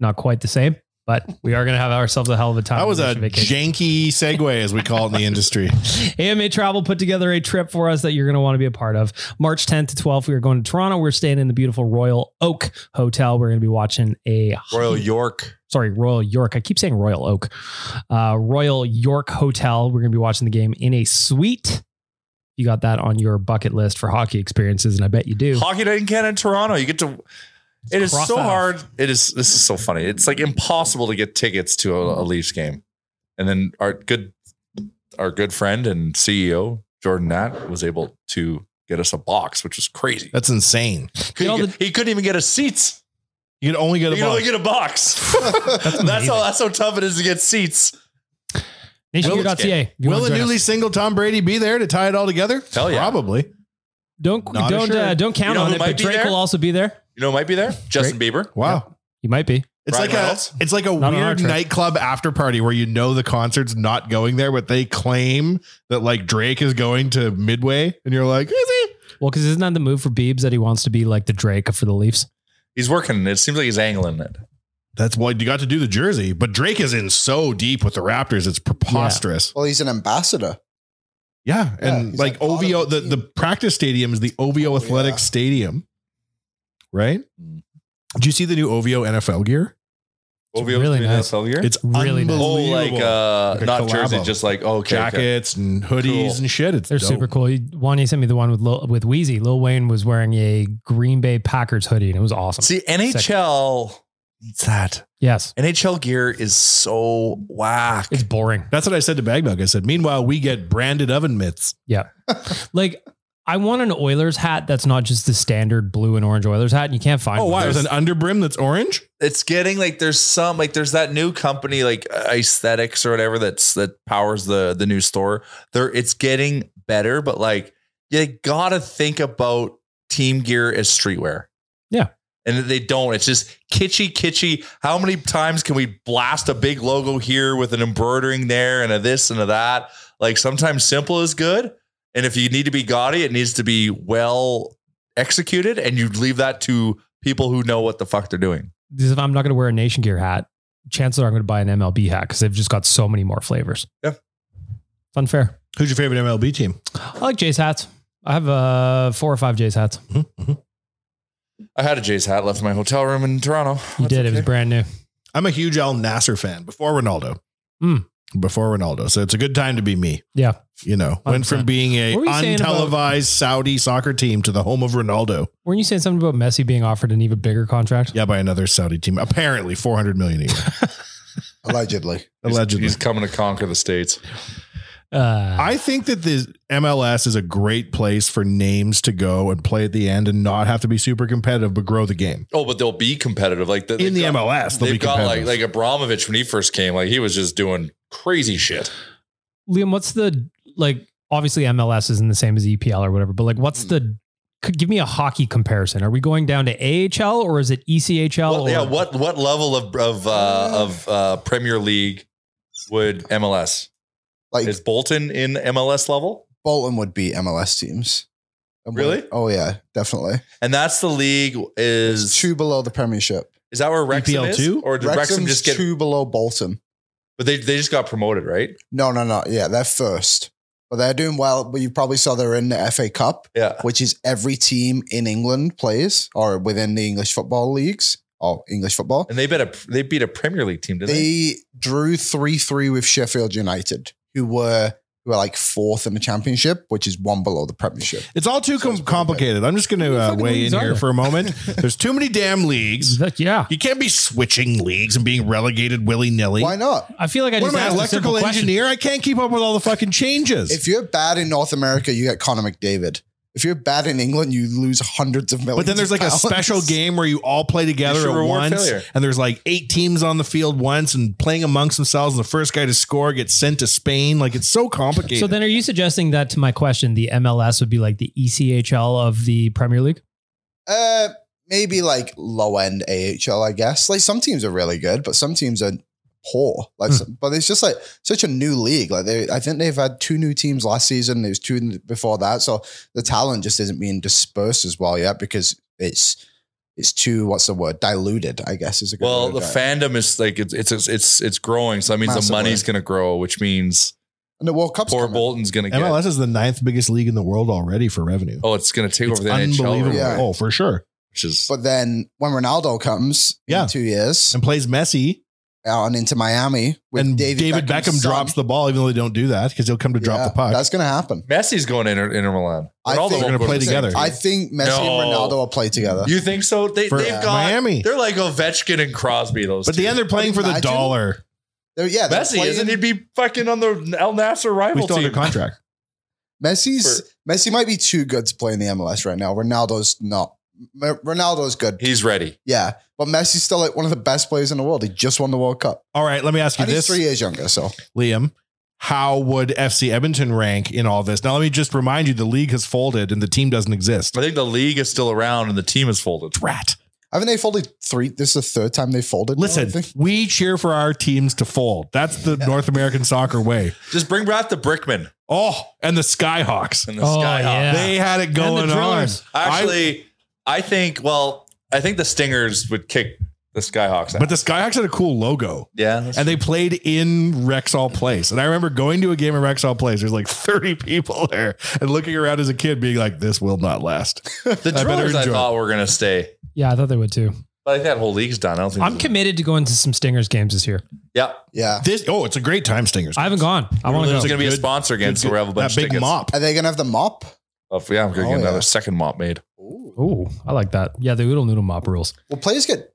D: Not quite the same, but we are gonna have ourselves a hell of a time.
C: That was
D: on
C: a
D: this vacation.
C: janky segue, as we call it in the industry.
D: AMA Travel put together a trip for us that you're going to want to be a part of. March 10th to 12th, we are going to Toronto. We're staying in the beautiful Royal Oak Hotel. We're going to be watching a
E: Royal York.
D: sorry, Royal York. I keep saying Royal Oak. Uh, Royal York Hotel. We're going to be watching the game in a suite. You got that on your bucket list for hockey experiences, and I bet you do.
E: Hockey night in Canada and Toronto. You get to. It is
D: Cross
E: so
D: that off.
E: hard. It is. This is so funny. It's like impossible to get tickets to a, a Leafs game, and then our good, our good friend and CEO Jordan Nat was able to get us a box, which is crazy.
C: That's insane.
E: He,
D: all the-
E: he couldn't even get a seat.
C: You could only get
E: You
C: a
E: can only
C: box.
E: get a box. that's,
D: amazing.
E: how that's how tough it is to get seats.
D: Nationgear.ca. If you
C: Will
D: wanna
C: the
D: join us.
C: newly single Tom Brady be there to tie it all together?
E: Hell yeah.
C: Probably.
D: Don't
C: Not
D: don't
C: sure.
D: uh, don't count
E: You know
D: on
E: who
D: it.
E: might
D: But
E: be
D: Drake
E: there?
D: will also be there.
E: You know, who might be there. Justin Bieber.
C: Wow.
D: You might be.
C: It's
E: Ryan
C: like
E: Reynolds?
C: a it's like a
D: Not on our
C: weird
D: trip.
C: nightclub after party where you know the concert's not going there, but they claim that like Drake is going to Midway, and you're like, is he?
D: Well, because isn't that the move for Beebs that he wants to be like the Drake for the Leafs?
E: He's working. It seems like he's angling it.
C: That's why you got to do the jersey. But Drake is in so deep with the Raptors, it's preposterous.
F: Well, he's an ambassador.
C: Yeah,
F: Yeah,
C: and
F: he's
C: like
F: like part of the
C: OVO, the,
F: team.
C: the practice stadium is the OVO
F: Oh,
C: Athletic
F: yeah.
C: Stadium, right?
E: Mm.
C: Do you see the new OVO NFL gear?
D: It's really
E: doing
D: nice.
E: NFL gear?
C: It's
D: really nice.
E: oh, like uh,
C: Like a
E: not jersey,
C: collabo.
E: just like oh, okay, okay.
C: jackets and hoodies
E: Cool.
C: and shit. It's
D: They're
C: dope.
D: super cool. You- One, you sent me the one with Lil, with Wheezy. Lil Wayne was wearing a Green Bay Packers hoodie, and it was awesome.
E: See, NHL needs that.
D: yes,
E: NHL gear is so whack.
D: it's boring.
C: That's what I said to Bagnug. I said, meanwhile, we get branded oven mitts.
D: Yeah, like I want an Oilers hat that's not just the standard blue and orange Oilers hat, and you can't find.
C: Oh,
D: one.
C: wow. There's an underbrim that's orange.
E: It's getting like there's some like there's that new company like uh, aesthetics or whatever that's that powers the the new store. There, it's getting better, but like you gotta think about team gear as streetwear.
D: Yeah.
E: And they don't. It's just kitschy, kitschy. How many times can we blast a big logo here with an embroidering there and a this and a that? Like sometimes simple is good. And if you need to be gaudy, it needs to be well executed and you leave that to people who know what the fuck they're doing.
D: This is- if I'm not going to wear a Nation Gear hat, chances are I'm going to buy an MLB hat because they've just got so many more flavors.
E: Yeah.
D: It's unfair.
C: Who's your favorite MLB team?
D: I like Jays hats. I have uh, four or five Jays hats.
C: Mm-hmm,
E: I had a Jays hat left in my hotel room in Toronto.
D: You did. It was brand new.
C: I'm a huge Al Nasser fan before Ronaldo.
D: Mm.
C: Before Ronaldo. So it's a good time to be me.
D: Yeah.
C: You know, went from
D: 100%.
C: being a
D: What were you saying
C: untelevised
D: about-
C: Saudi soccer team to the home of Ronaldo.
D: Weren't you saying something about Messi being offered an even bigger contract?
C: Yeah, by another Saudi team. Apparently 400 million a year.
F: Allegedly.
C: allegedly.
E: He's coming to conquer the states.
D: Uh,
C: I think that the MLS is a great place for names to go and play at the end and not have to be super competitive, but grow the game.
E: Oh, but they'll be competitive. Like the,
C: In the
E: they've got-
C: MLS, they'll
E: they've
C: be
E: got like
C: competitive.
E: like Abramovich when he first came. Like he was just doing crazy shit.
D: Liam, what's the like? Obviously, MLS isn't the same as EPL or whatever, but like,
C: Hmm.
D: what's the? Could give me a hockey comparison. Are we going down to AHL or is it E ECHL?
E: Well,
C: Oh.
D: or,
E: yeah. What what level of of uh,
F: Oh.
E: of uh, Premier League would MLS?
F: Like-
E: is Bolton in MLS level?
F: Bolton would beat MLS teams. And
E: Really?
F: would- Oh yeah, definitely.
E: And that's the league is
F: Two below the Premiership.
E: is that where Wrexham
C: EPL
E: is?
C: E two?
E: Or did
F: Wrexham's
E: Wrexham just get?
F: two below Bolton.
E: But they they just got promoted, right?
F: No, no, no. Yeah, they're first, but they're doing well. But you probably saw they're in the FA Cup,
E: Yeah.
F: which is every team in England plays or within the English football leagues or English football.
E: And they beat a they beat a Premier League team, didn't they?
F: They drew three three with Sheffield United, who were who were like fourth in the championship, which is one below the Premiership.
C: It's all too com-
F: Sounds pretty
C: complicated. I'm just going to uh,
D: fucking
C: weigh
D: leagues
C: in
D: are
C: here
D: there?
C: for a moment. There's too many damn leagues.
D: That- yeah,
C: You can't be switching leagues and being relegated willy nilly.
F: Why not?
D: I feel like I
C: What
D: just
C: am I,
D: asked a simple
C: electrical
D: question.
C: engineer? I can't keep up with all the fucking changes.
F: If you're bad in North America, you get Connor McDavid. If you're bad in England, you lose hundreds of millions.
C: but then there's
F: of
C: like a
F: pounds.
C: special game where you all play
E: You
C: together
E: should
C: at
E: reward
C: once,
E: failure.
C: and there's like eight teams on the field once, and playing amongst themselves. And the first guy to score gets sent to Spain. Like it's so complicated.
D: So then, are you suggesting that to my question, the MLS would be like the E ECHL of the Premier League?
F: Uh, maybe like low end AHL, I guess. Like some teams are really good, but some teams are poor. Like,
C: Hmm.
F: some- but it's just like such a new league. Like they, I think they've had two new teams last season. There's two in- before that, so the talent just isn't being dispersed as well yet because it's it's too what's the word diluted. I guess is a good
E: Well,
F: word,
E: the
F: right?
E: fandom is like it's it's it's- it's it's growing, so that means the
F: Massively.
E: money's going to grow, which means
F: and the World Cup's
E: poor
F: coming.
E: Bolton's going to get.
C: MLS is the ninth biggest league in the world already for revenue.
E: Oh, it's going to take
C: it's
E: over the NHL,
C: unbelievable.
E: right?
F: Yeah.
C: Oh, for sure.
E: which is
F: But then when Ronaldo comes
C: Yeah.
F: in two years
C: And plays Messi,
F: out and into Miami with
C: and
F: David,
C: David, Beckham,
F: Beckham's son-
C: drops the ball, even though they don't do that because he'll come to
F: Yeah,
C: drop the puck.
F: That's going to happen.
E: Messi's going to Inter, Inter Milan. Ronaldo
F: I think-
E: won't
C: They're gonna
E: go
C: play
E: the same
C: together.
E: team.
F: I think Messi and
E: No.
F: Ronaldo will play together.
E: You think so? They,
C: For
E: they've got
C: Miami.
E: They're like Ovechkin and Crosby. Those,
C: But
E: two.
C: the end, they're playing for the
F: Imagine.
C: dollar.
F: They're- yeah, they're
E: Messi
F: playing-
E: isn't. He'd be fucking on the El Nasser
C: We
E: rival
C: still
E: team.
C: under contract.
F: Messi's Messi might be too good to play in the MLS right now. Ronaldo's not. M- Ronaldo's good,
E: He's ready.
F: yeah, but Messi's still like one of the best players in the world. He just won the World Cup,
C: All right, let me ask you
F: and
C: this,
F: he's three years younger. So
C: Liam. How would FC Edmonton rank in all this? Now, let me just remind you the league has folded and the team doesn't exist.
E: I think the league is still around and the team is folded.
C: Rat.
F: I think they folded three. This is the third time they folded. now, I
C: Listen,
F: think.
C: we cheer for our teams to fold. That's the North American soccer way.
E: Just bring back the Brickman
C: Oh, and the Skyhawks.
E: and the
D: Oh,
E: Skyhawks.
D: yeah.
C: They had it
D: the
C: going on.
D: Drillers.
E: Actually, I, think. Well, I think the Stingers would kick the Skyhawks.
C: I-
E: Out.
C: but the Skyhawks had a cool logo.
E: yeah,
C: And they played in Rexall Place. And I remember going to a game in Rexall Place. There's like 30 people there and looking around as a kid being like, this will not last.
E: the
C: better
E: Drillers I
C: enjoy.
E: thought were gonna stay,
D: Yeah, I thought they would too.
E: but I think that whole league's done. I don't think.
D: I'm committed to going to some Stingers games this year.
E: Yeah,
F: yeah,
C: This, oh, it's a great time, Stingers.
D: I haven't gone. I want
E: there's
D: to
E: gonna
D: go.
E: be a
C: good-
E: sponsor again, so we have a bunch
C: that
E: of
C: big
E: tickets.
C: mop.
F: are they gonna have the mop?
E: Oh, yeah, I'm gonna
F: Oh,
E: get another
F: yeah.
E: second mop made.
D: Oh, I like that. Yeah, the oodle noodle mop rules.
F: Well, players get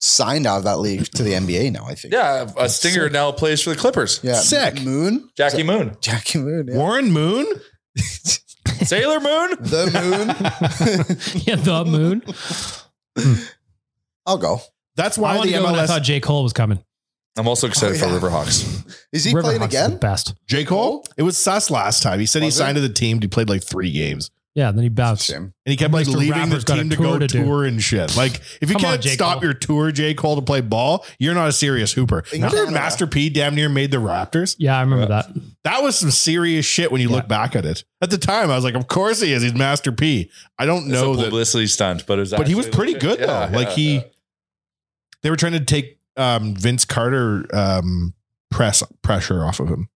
F: signed out of that league to the NBA now. I think.
E: Yeah, a Stinger now plays for the Clippers.
F: yeah.
C: Sick.
F: Moon,
E: Jackie Moon,
F: Jackie Moon, yeah.
C: Warren Moon?
E: Sailor Moon.
F: the Moon.
D: yeah, the moon.
F: I'll go.
C: That's
D: I
C: why
D: wanted
C: the
D: to go when I
C: MLS.
D: thought J Cole was coming.
E: I'm also excited
F: Oh, yeah.
E: for Riverhawks.
F: Is he
D: Riverhawks
F: playing
D: is the
F: again?
D: best.
C: J. Cole? It was Sus last time. He said he
F: Was it?
C: signed to the team. He played like three games.
D: Yeah, then he bounced.
C: And he kept like
D: Mr.
C: leaving the
D: Rapper's got a
C: team to
D: tour
C: go
D: to do.
C: tour and shit. Like if you
D: Come on,
C: can't
D: J.
C: stop
D: Cole.
C: your tour, J. Cole, to play ball, you're not a serious hooper.
F: In
C: Remember when
F: Canada.
C: Master P damn near made the Raptors?
D: Yeah, I remember that.
C: That was some serious shit when you look back at it. At the time, I was like, of course he is. He's Master P. I don't
E: It's
C: know
E: a
C: that
E: publicity stunt, but it's
C: but he was
E: actually
C: pretty
E: legit.
C: good
E: Yeah,
C: though. Like
E: yeah,
C: he,
E: yeah.
C: they were trying to take um, Vince Carter um, press pressure off of him.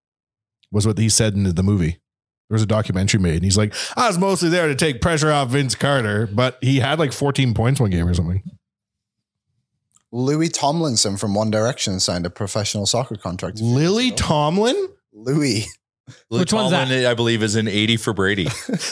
C: Was what he said in the movie. There was a documentary made, and he's like, "I was mostly there to take pressure off Vince Carter, but he had like 14 points one game or something."
F: Louis Tomlinson from One Direction signed a professional soccer contract.
C: Lily Tomlin.
F: Louis.
E: Luke
D: Which one's
E: Tomlin, I believe, is in 80 for Brady.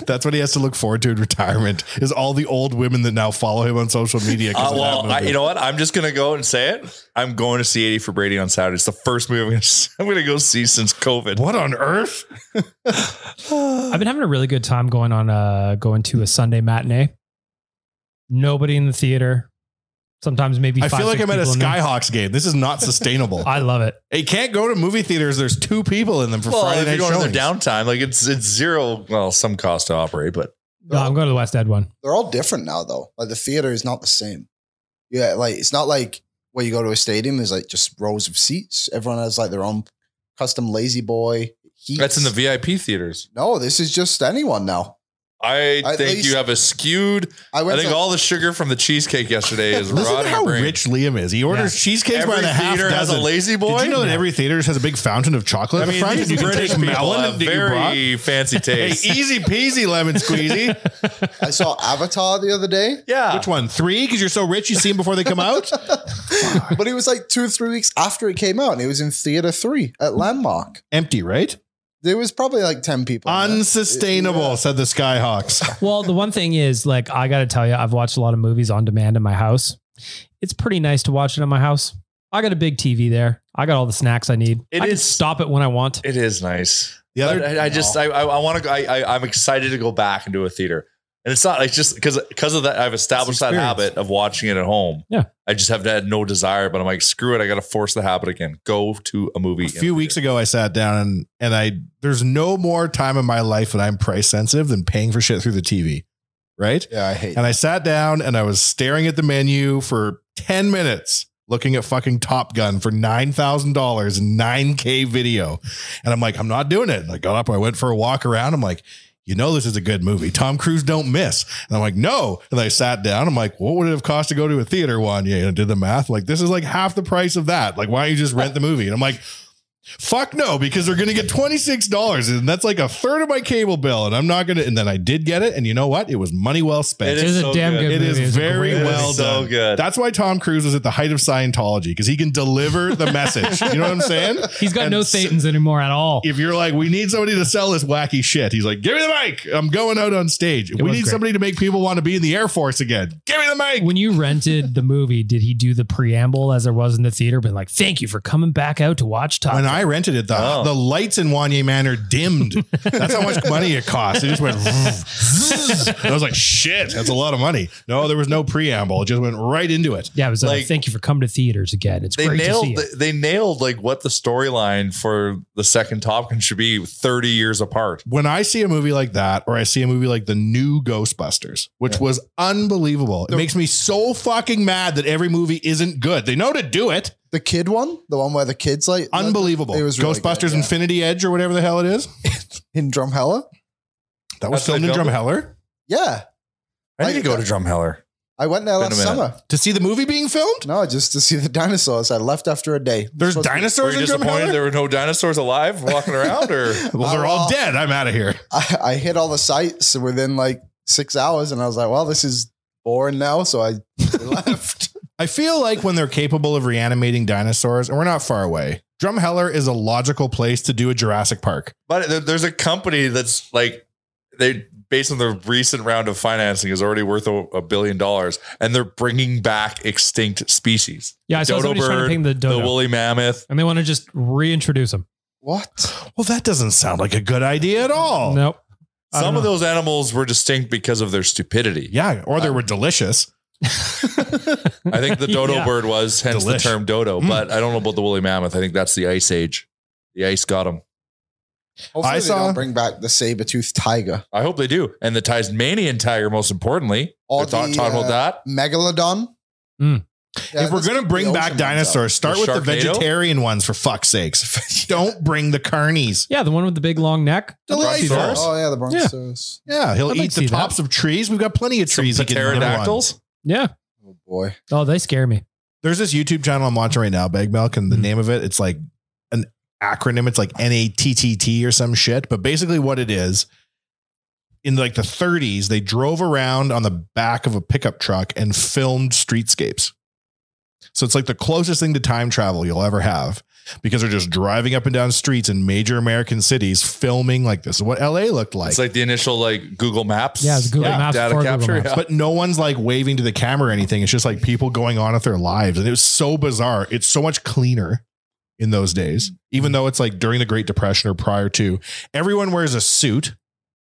C: That's what he has to look forward to in retirement. Is all the old women that now follow him on social media?
E: Uh,
C: 'cause of that
E: well, I,
C: movie.
E: you know what? I'm just gonna go and say it. I'm going to see 80 for Brady on Saturday. It's the first movie I'm gonna, I'm gonna go see since COVID.
C: what on earth?
D: I've been having a really good time going on uh going to a Sunday matinee. Nobody in the theater. Sometimes maybe
C: I
D: five,
C: feel like
D: six
C: I'm at a
D: people in there.
C: Skyhawks game. This is not sustainable.
D: I love it.
C: It can't go to movie theaters. There's two people in them for
E: Well, if
C: Friday
E: you're
C: night
E: going to
C: showings.
E: their downtime, like it's it's zero. Well, some cost to operate, but
D: No, I'm going to the West End one.
F: They're all different now, though. Like the theater is not the same. Yeah, like it's not like where you go to a stadium is like just rows of seats. Everyone has like their own custom lazy boy. Heat.
E: that's in the VIP theaters.
F: No, this is just anyone now.
E: I
F: At
E: think
F: least-
E: you have a skewed.
F: I
E: I
F: went
E: think
F: to
E: all the sugar from the cheesecake yesterday is
C: Listen to
E: rotting
C: how
E: your brain.
C: rich Liam is. He orders cheesecakes
E: Every
C: by the half
E: theater
C: dozen.
E: has a lazy boy.
C: Did you know that
E: Yeah.
C: every theater has a big fountain of chocolate?
E: I
C: in
E: mean,
C: front?
E: these
C: You can
E: British
C: take
E: people have
C: that you brought.
E: very fancy
C: Hey,
E: taste.
C: easy peasy lemon squeezy.
F: I saw Avatar the other day,
E: yeah,
C: Which one? Three? Because you're so rich, you see them before they come out.
F: but it was like two or three weeks after it came out, and it was in theater three at Landmark.
C: Empty, right?
F: There was probably like ten people. in there.
C: Unsustainable,
F: Yeah.
C: said the Skyhawks.
D: Well, the one thing is, like, I got to tell you, I've watched a lot of movies on demand in my house. It's pretty nice to watch it in my house. I got a big TV there. I got all the snacks I need.
E: It
D: I can
E: is-
D: stop it when I want.
E: it is nice.
C: The other,
E: But I, I just I I want to I, I I'm excited to go back and do a theater. And it's not like just because because of that I've established that
C: experience.
E: habit of watching it at home.
D: Yeah.
E: I just have had no desire, but I'm like screw it, I got to force the habit again. Go to a movie.
C: a few weeks ago, I sat down and and I there's no more time in my life that I'm price sensitive than paying for shit through the TV, right?
F: Yeah, I hate.
C: And I sat down and I was staring at the menu for 10 minutes, looking at fucking Top Gun for $9,000, 9K video. And I'm like, I'm not doing it. And I got up, I went for a walk around. I'm like, you know, this is a good movie. Tom Cruise don't miss. And I'm like, no. And I sat down. I'm like, what would it have cost to go to a theater one? Yeah, and I did the math. Like, this is like half the price of that. Like, why don't you just rent the movie? And I'm like, Fuck no, because they're going to get $26 and that's like a third of my cable bill. And I'm not going to. And then I did get it. And you know what? It was money well spent.
D: It is a damn good
C: It
D: movie.
C: is
D: It's a
C: very
D: great
C: well
D: movie.
E: so
C: done.
E: good.
C: That's why Tom Cruise is at the height of Scientology because he can deliver the message. You know what I'm saying?
D: He's got
C: And
D: no
C: so-
D: Satans anymore at all.
C: If you're like, we need somebody to sell this wacky shit, he's like, give me the mic. I'm going out on stage. we
D: was
C: need
D: great.
C: somebody to make people want to be in the Air Force again. Give me the mic.
D: when you rented the movie, did he do the preamble as there was in the theater? Been like, thank you for coming back out to watch Top.
C: When
D: Gun."
C: I rented it, the,
E: Oh.
C: the lights in Wanye Manor dimmed. That's how much money it cost. It just went. zzz. I was like, shit, that's a lot of money. No, there was no preamble. It just went right into it.
D: yeah, it was like,
E: like-
D: thank you for coming to theaters again. It's
E: They
D: great to see
E: nailed
D: it.
E: they nailed like what the storyline for the second Top Gun should be 30 years apart.
C: When I see a movie like that, or I see a movie like the new Ghostbusters, which was unbelievable, it makes me so fucking mad that every movie isn't good. They know to do it.
F: The kid one, the one where the kids like
C: Unbelievable.
F: It was really
C: Ghostbusters
F: good, yeah.
C: Infinity Edge or whatever the hell it is.
F: in Drumheller.
C: That was
E: That's
C: filmed in
E: what they
C: Drumheller.
F: Yeah,
E: I need
F: Like-
E: to go to Drumheller.
F: I went there
E: Been a
F: last
E: minute.
F: summer.
C: To see the movie being filmed?
F: No, just to see the dinosaurs. I left after a day.
C: There's
F: Supposed to-
E: Were
C: dinosaurs
E: you
C: in
E: disappointed
C: Drumheller?
E: there were no dinosaurs alive walking around or
C: Well, they're all
F: Well-
C: dead. I'm out of here.
F: I, I hit all the sites within like six hours, and I was like, "Well, this is boring now," so I left.
C: I feel like when they're capable of reanimating dinosaurs, and we're not far away, Drumheller is a logical place to do a Jurassic Park.
E: But there- there's a company that's like they based on their recent round of financing is already worth a, a billion dollars, and they're bringing back extinct species.
D: Yeah, I saw somebody trying to ping the dodo,
E: the woolly mammoth.
D: and they want to just reintroduce him.
F: What?
C: Well, that doesn't sound like a good idea at all.
D: Nope. I don't
E: Some of
D: know.
E: those animals were distinct because of their stupidity.
C: Yeah, or they were delicious.
E: I think the dodo
D: Yeah.
E: bird was, hence
C: Delish.
E: the term dodo.
C: Mm.
E: But I don't know about the woolly mammoth. I think that's the ice age. The ice got him.
F: Hopefully
E: I
F: I
E: saw-
F: saw bring back the saber toothed tiger
E: I hope they do. And the Tasmanian tiger, most importantly.
F: or
E: They're ta-
F: the,
E: talking about
F: uh,
E: that.
F: megalodon.
D: Mm.
F: Yeah,
C: Hmm. if we're
F: let's
C: gonna
F: keep
C: bring
F: the uh,
C: back
F: ocean ones up.
C: dinosaurs, start
E: The
C: with the
E: Sharknado?
C: vegetarian ones for fuck's sakes. Don't bring the carnies.
D: Yeah, the one with the big long neck.
C: Delightful.
E: Brontosaurus?
F: Oh yeah, the brontosaurus.
C: Yeah, he'll
D: I'd like
C: eat
D: to
C: the
D: see that.
C: tops of trees. We've got plenty of
E: Some
C: trees. he can nibble on.
E: pterodactyls.
D: Yeah.
F: Oh boy,
D: Oh, they scare me.
C: There's this YouTube channel I'm watching right now, Bag Milk, and the
D: Mhm.
C: name of it, it's like an acronym. It's like N A T T T or some shit. But basically, what it is, in like the 30s, they drove around on the back of a pickup truck and filmed streetscapes. So it's like the closest thing to time travel you'll ever have because they're just driving up and down streets in major American cities, filming like this is what LA looked like.
E: It's like the initial like Google Maps.
D: Yeah, it's Google Maps
E: Data
D: before Google
E: capture.
D: Maps.
E: yeah. Oh,
C: but no one's like waving to the camera or anything. It's just like people going on with their lives. And it was so bizarre. It's so much cleaner in those days, even though it's like during the Great Depression or prior to. Everyone wears a suit.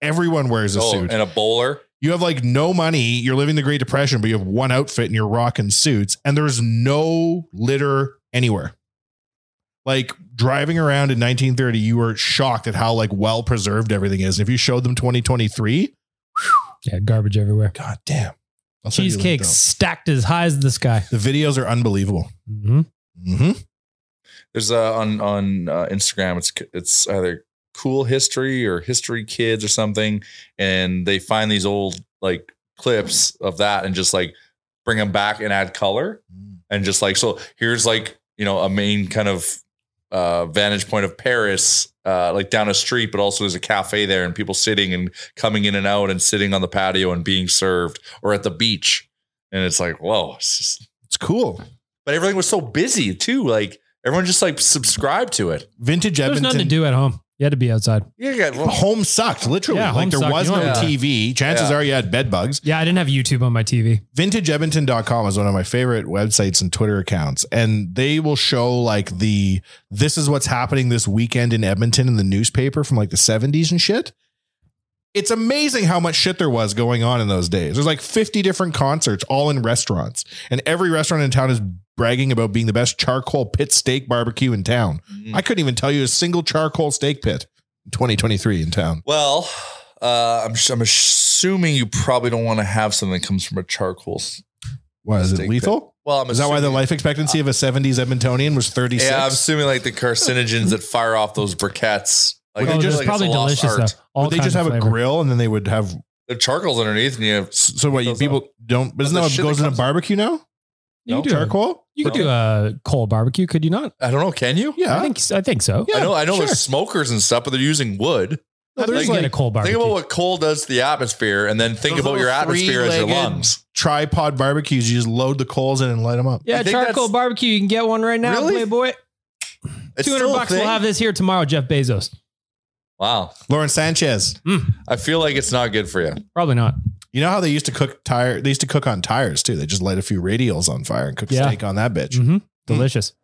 C: Everyone wears a
E: Oh,
C: suit.
E: and a bowler.
C: You have like no money. You're living the Great Depression, but you have one outfit and you're rocking suits. And there's no litter anywhere. Like driving around in 1930, you were shocked at how like well preserved everything is. If you showed them 2023,
D: Yeah, garbage everywhere.
C: god damn. I'll send you the link
D: Cheesecake
C: down.
D: stacked as high as the sky.
C: The videos are unbelievable.
D: hmm
C: Mm-hmm.
E: There's uh, on on uh, Instagram. It's it's either cool history or history kids or something, and they find these old like clips of that and just like bring them back and add color and just like so. Here's like you know a main kind of uh, vantage point of Paris, uh, like down a street, but also there's a cafe there and people sitting and coming in and out and sitting on the patio and being served or at the beach, and it's like whoa, it's just
C: It's cool.
E: but everything was so busy too. Like everyone just like subscribed to it.
C: Vintage
D: There's
C: Edmonton.
D: nothing to do at home. You had to be outside.
E: Yeah, yeah, well,
C: Home sucked, literally.
D: Yeah,
C: like
D: home
C: there
D: sucked.
C: was
D: You
C: no
D: know- Yeah.
C: TV. Chances
E: Yeah.
C: are you had bed bugs.
D: Yeah, I didn't have YouTube on my TV.
C: VintageEdmonton.com is one of my favorite websites and Twitter accounts. And they will show like the this is what's happening this weekend in Edmonton in the newspaper from like the 70s and shit. It's amazing how much shit there was going on in those days. There's like 50 different concerts, all in restaurants. And every restaurant in town is bragging about being the best charcoal pit steak barbecue in town. I couldn't even tell you a single charcoal steak pit in 2023 in town.
E: well, uh, I'm s- I'm assuming you probably don't want to have something that comes from a charcoal. s-
C: Why is it
E: steak
C: lethal?
E: Well, I'm
C: Is that why the
E: assuming-
C: life expectancy of a 70s Edmontonian was 36?
E: Yeah, I'm assuming like the carcinogens that fire off those briquettes. Like,
C: Well, they
E: I
D: oh,
C: just-
E: feel
D: there's
E: like it's
D: probably
E: a lost
D: delicious
E: art.
D: stuff. All
C: would they just have
D: kinds of
C: a
D: flavor.
C: grill and then they would have
E: The charcoal's underneath, and you have
C: so what you
E: Those uh,
C: people don't but isn't that
E: the
C: what
E: shit
C: goes
E: that
C: in a
E: comes-
C: barbecue now?
D: You
E: No.
D: could do a,
C: Charcoal?
D: you could do a coal barbecue, could you not?
E: I don't know. Can you?
C: Yeah.
D: I think I think so.
E: I know. I know.
D: Sure.
E: There's smokers and stuff, but they're using wood.
C: No,
D: There's
C: there's
D: like,
C: like
D: get a coal barbecue.
E: Think about what coal does to the atmosphere, and then think
C: Those
E: about your
C: little
E: atmosphere as your
C: three-legged-
E: lungs.
C: tripod barbecues. You just load the coals in and light them up.
D: yeah,
E: you think
D: charcoal
E: that's-
D: barbecue. You can get one right now,
E: Really?
D: Playboy.
E: It's
D: Two hundred
E: still a
D: bucks. We'll
E: thing.
D: have this here tomorrow, Jeff Bezos. Mm,
E: Wow,
C: Lauren Sanchez.
E: I feel like it's not good for you.
D: Probably not.
C: You know how they used to cook tire they used to cook on tires too. They just light a few radials on fire and cook
D: Yeah.
C: steak on that bitch. Mm.
D: hmm Delicious.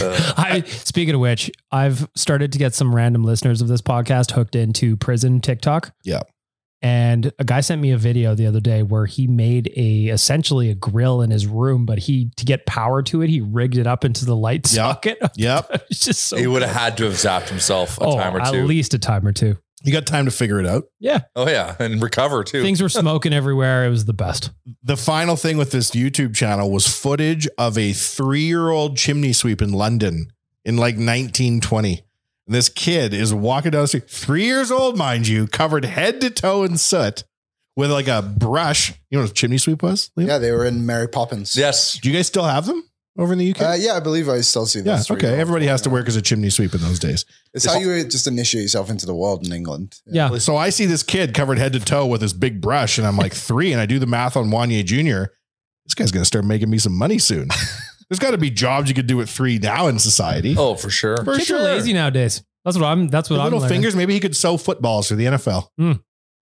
E: Uh,
D: I speaking of which, I've started to get some random listeners of this podcast hooked into prison TikTok.
C: Yeah.
D: And a guy sent me a video the other day where he made a essentially a grill in his room, but he to get power to it, he rigged it up into the light
C: Yeah.
D: socket.
C: Yep.
D: it's just so
E: he would have had to have zapped himself a
D: oh,
E: time or
D: at
E: two.
D: least a time or two.
C: You got time to figure it out.
E: oh yeah, and recover too.
D: Things were smoking everywhere. It was the best.
C: the final thing with this YouTube channel was footage of a three year old chimney sweep in London in like 1920. And this kid is walking down the street, three years old, mind you, covered head to toe in soot with like a brush. You know what a chimney sweep was? Liam?
F: Yeah, they were in Mary Poppins.
E: yes,
C: Do you guys still have them over in the UK?
F: Uh, yeah, I believe I still see
C: yeah.
F: this.
C: Okay. Everybody has to work as a chimney sweep in those days.
F: It's how you just initiate yourself into the world in England.
D: Yeah.
C: So I see this kid covered head to toe with this big brush, and I'm like three, and I do the math on Wanye Jr. This guy's gonna start making me some money soon. There's got to be jobs you could do at three now in society.
E: oh for sure.
C: For
D: Kids are lazy nowadays. That's what I'm that's what
C: The
D: I'm
C: little
D: learning.
C: fingers, maybe he could sew footballs for the NFL.
D: Hmm.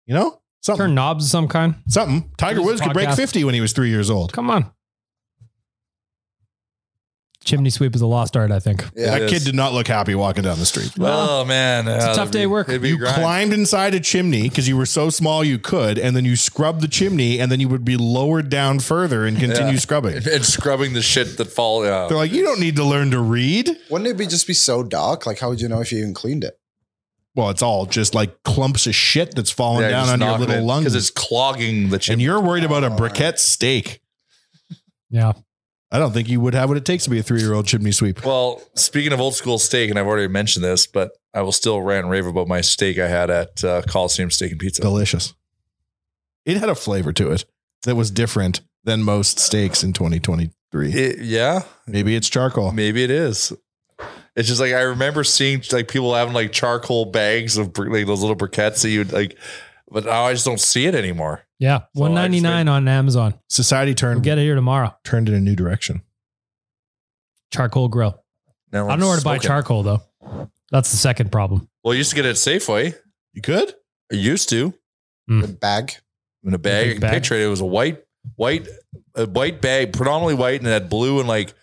C: You know, something,
D: Turn knobs of some kind.
C: something. Tiger
D: This
C: Woods could break
D: podcast-
C: fifty when he was three years old.
D: Come on. Chimney sweep is a lost art, I think.
C: that kid did not look happy walking down the street.
E: Well, oh man,
D: it's
E: Yeah,
D: a tough
E: that'd
D: day
E: be-
D: work.
E: it'd be
C: You
E: a grind.
C: climbed inside a chimney because you were so small you could, and then you scrubbed the chimney, and then you would be lowered down further and continue
E: Yeah.
C: scrubbing.
E: and scrubbing the shit that fall out.
C: They're like, you don't need to learn to read.
F: Wouldn't it be just be so dark? Like, how would you know if you even cleaned it?
C: Well, it's all just like clumps of shit that's falling down on your little lungs.
E: because it's clogging the
C: and
E: chimney.
C: you're worried
D: Oh.
C: about a briquette steak.
D: Yeah.
C: I don't think you would have what it takes to be a three year old chimney sweep.
E: Well, speaking of old school steak, and I've already mentioned this, but I will still rant and rave about my steak I had at uh, Coliseum Steak and Pizza.
C: Delicious. It had a flavor to it that was different than most steaks in 2023.
E: It- yeah,
C: Maybe it's charcoal.
E: maybe it is. It's just like I remember seeing like people having like charcoal bags of bri- like those little briquettes that you'd like, but now I just don't see it anymore.
D: Yeah.
E: So
D: One ninety nine on Amazon.
C: Society
D: We'll
C: turned
D: get it here tomorrow.
C: turned in a new direction.
D: Charcoal grill.
E: Now
D: I don't know where to buy
E: smoking.
D: charcoal though. That's the second problem.
E: Well, I used to get it at Safeway.
C: You could?
E: I used to
C: Hmm.
F: The bag.
E: in a bag. I
D: big
E: can
D: bag.
E: picture it. It was a white, white, a white bag, predominantly white, and it had blue and like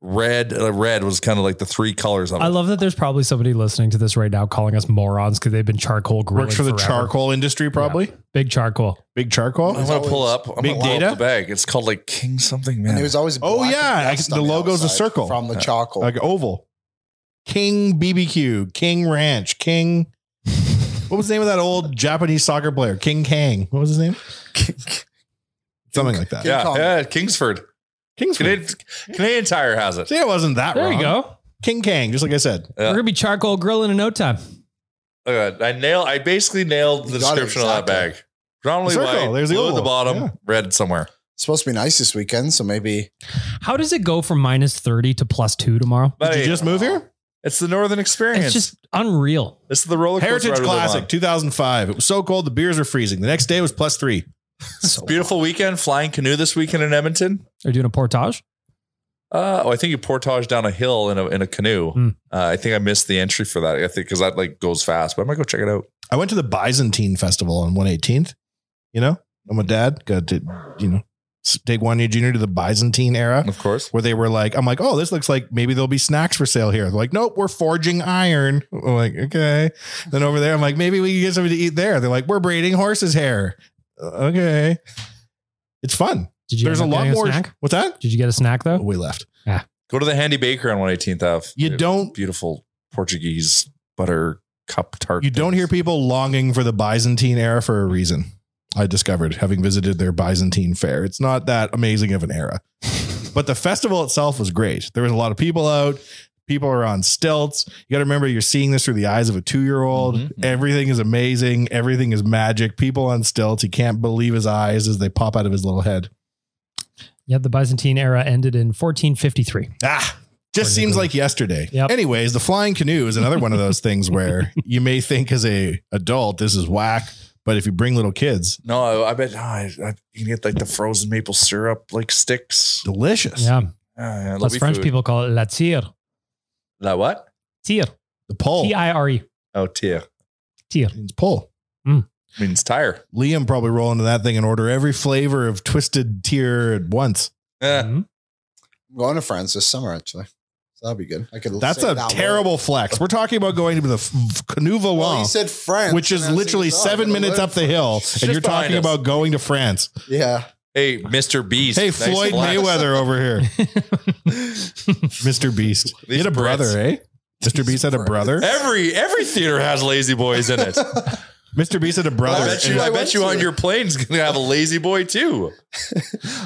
E: red. Uh, red was kind of like the three colors on it.
D: I love that there's probably somebody listening to this right now calling us morons because they've been charcoal grilling
C: Works for the
D: forever.
C: charcoal industry, probably.
D: Big charcoal.
C: Big charcoal.
E: I'm gonna pull up. I'm
C: Big
E: gonna pull
C: data?
E: up the bag. It's called like King something, man.
F: And it was always
C: Oh,
F: black
C: yeah.
F: and
C: I-
F: dust
C: the
F: on
C: logo's a
F: outside
C: circle.
F: from the charcoal.
C: Like oval. King BBQ, King Ranch, King. What was the name of that old Japanese soccer player? King Kang. What was his name? Something like that.
E: yeah,
F: Kong.
E: yeah, Kingsford.
C: King's.
E: Canadian, Canadian Tire has it.
C: See, it wasn't that
D: There
C: wrong.
D: you go.
C: King Kang, just like I said.
E: Yeah.
D: We're gonna be charcoal grilling in no time.
E: Look at that. I nail. I basically nailed the
F: You got it,
E: description of that
F: exactly.
E: bag. Predominantly
C: The circle,
E: white.
C: there's the
E: blue at the
C: oval.
E: bottom.
C: Yeah.
E: Red somewhere.
F: It's supposed to be nice this weekend, so maybe
D: How does it go from minus thirty to plus two tomorrow?
E: But
C: Did you
E: hey,
C: just move here?
E: it's the Northern Experience.
D: It's just unreal.
E: this is the roller coaster.
C: Heritage
E: ride we live
C: Classic
E: on.
C: 2005. It was so cold, the beers were freezing. The next day was plus three.
D: So
E: Beautiful weekend. Flying canoe this weekend in Edmonton.
D: They're doing a portage.
E: Uh, oh, I think you portage down a hill in a in a canoe.
D: Hmm.
E: Uh, I think I missed the entry for that. I think because that like goes fast, but I'm gonna go check it out.
C: I went to the Byzantine Festival on 118th. You know, I'm a dad. Got to, you know, s- take one year junior to the Byzantine era.
E: Of course,
C: where they were like, I'm like, oh, this looks like maybe there'll be snacks for sale here. They're like, nope, we're forging iron. I'm like, okay. Then over there, I'm like, maybe we can get something to eat there. They're like, we're braiding horse's hair. Uh, Okay. It's fun.
D: Did you
C: There's a
D: end up
C: lot
D: getting
C: more.
D: snack?
C: What's that?
D: Did you get a snack
C: Oh,
D: though?
C: we left.
E: go to the Handy Baker on 118th Ave.
C: You
E: They have
C: don't
E: beautiful Portuguese butter cup tart.
C: you don't
E: things.
C: hear people longing for the Byzantine era for a reason. I discovered having visited their Byzantine fair. It's not that amazing of an era. but the festival itself was great. There was a lot of people out. People are on stilts. You got to remember, you're seeing this through the eyes of a two year old.
E: Mhm.
C: Everything is amazing. Everything is magic. People on stilts. He can't believe his eyes as they pop out of his little head.
D: Yeah, the Byzantine era ended in 1453.
C: Ah, just
D: Or
C: seems
D: Nicola.
C: like yesterday.
D: Yep.
C: Anyways, the flying canoe is another one of those things where you may think as a adult this is whack, but if you bring little kids,
E: No, I bet oh, I, I, you can get like the frozen maple syrup like sticks.
C: delicious.
D: Yeah,
E: Uh, yeah,
D: plus
E: lovely
D: French
E: food.
D: people call it la tire.
E: That what?
D: Tire.
C: The pole
D: T I R E.
E: Oh, tia
D: Tire.
C: means pole.
D: Mm.
E: means tire.
C: Liam probably roll into that thing and order every flavor of twisted tear at once.
E: Yeah.
D: Mhm.
F: I'm going to France this summer, actually. So that'd be good. I could
C: That's
F: say
C: a
F: that
C: terrible flex. We're talking about going to the f- f- Canoe
F: word. Well, you
C: Volant,
F: said France,
C: which is
F: and I was
C: literally
F: thinking, oh, I'm
C: seven
F: gonna
C: minutes
F: learn
C: up the hill,
E: It's
C: and
E: just
C: you're talking
E: behind us.
C: about going to France.
F: French. Yeah.
E: Hey, Mr. Beast.
C: Hey,
E: Nice
C: Floyd
E: flex.
C: Mayweather over here, Mr. Beast. He
E: These
C: had a
E: Brits.
C: brother, eh? Mr. Beast had a brother.
E: Every every theater has lazy boys in it.
C: Mr. Beast had a brother.
E: I bet you. I
F: I
E: bet
F: went
E: you
F: to
E: on
F: it.
E: your plane's gonna have a lazy boy too.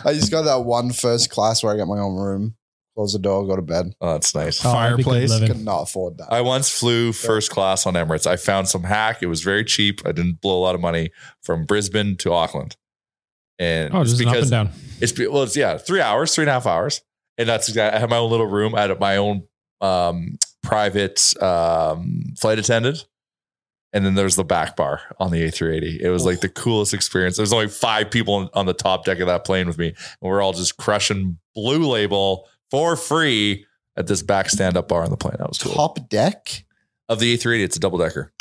F: I just got that one first class where I got my own room, close the door, go to bed.
E: Oh, that's nice.
D: Oh, that'd be good
C: Fireplace.
D: living.
F: Could not afford that.
E: I once flew first class on Emirates. I found some hack. It was very cheap. I didn't blow a lot of money from Brisbane to Auckland. And
D: Oh,
E: it's
D: just an up and
E: because
D: down.
E: it's be- well, it's yeah, three hours, three and a half hours. And that's exactly I had my own little room. I had my own um private um flight attendant. And then there's the back bar on the A380. It was like the coolest experience. There's only five people on, on the top deck of that plane with me, and we're all just crushing blue label for free at this back stand-up bar on the plane. That was cool.
F: Top deck.
E: of the A380, it's a double decker.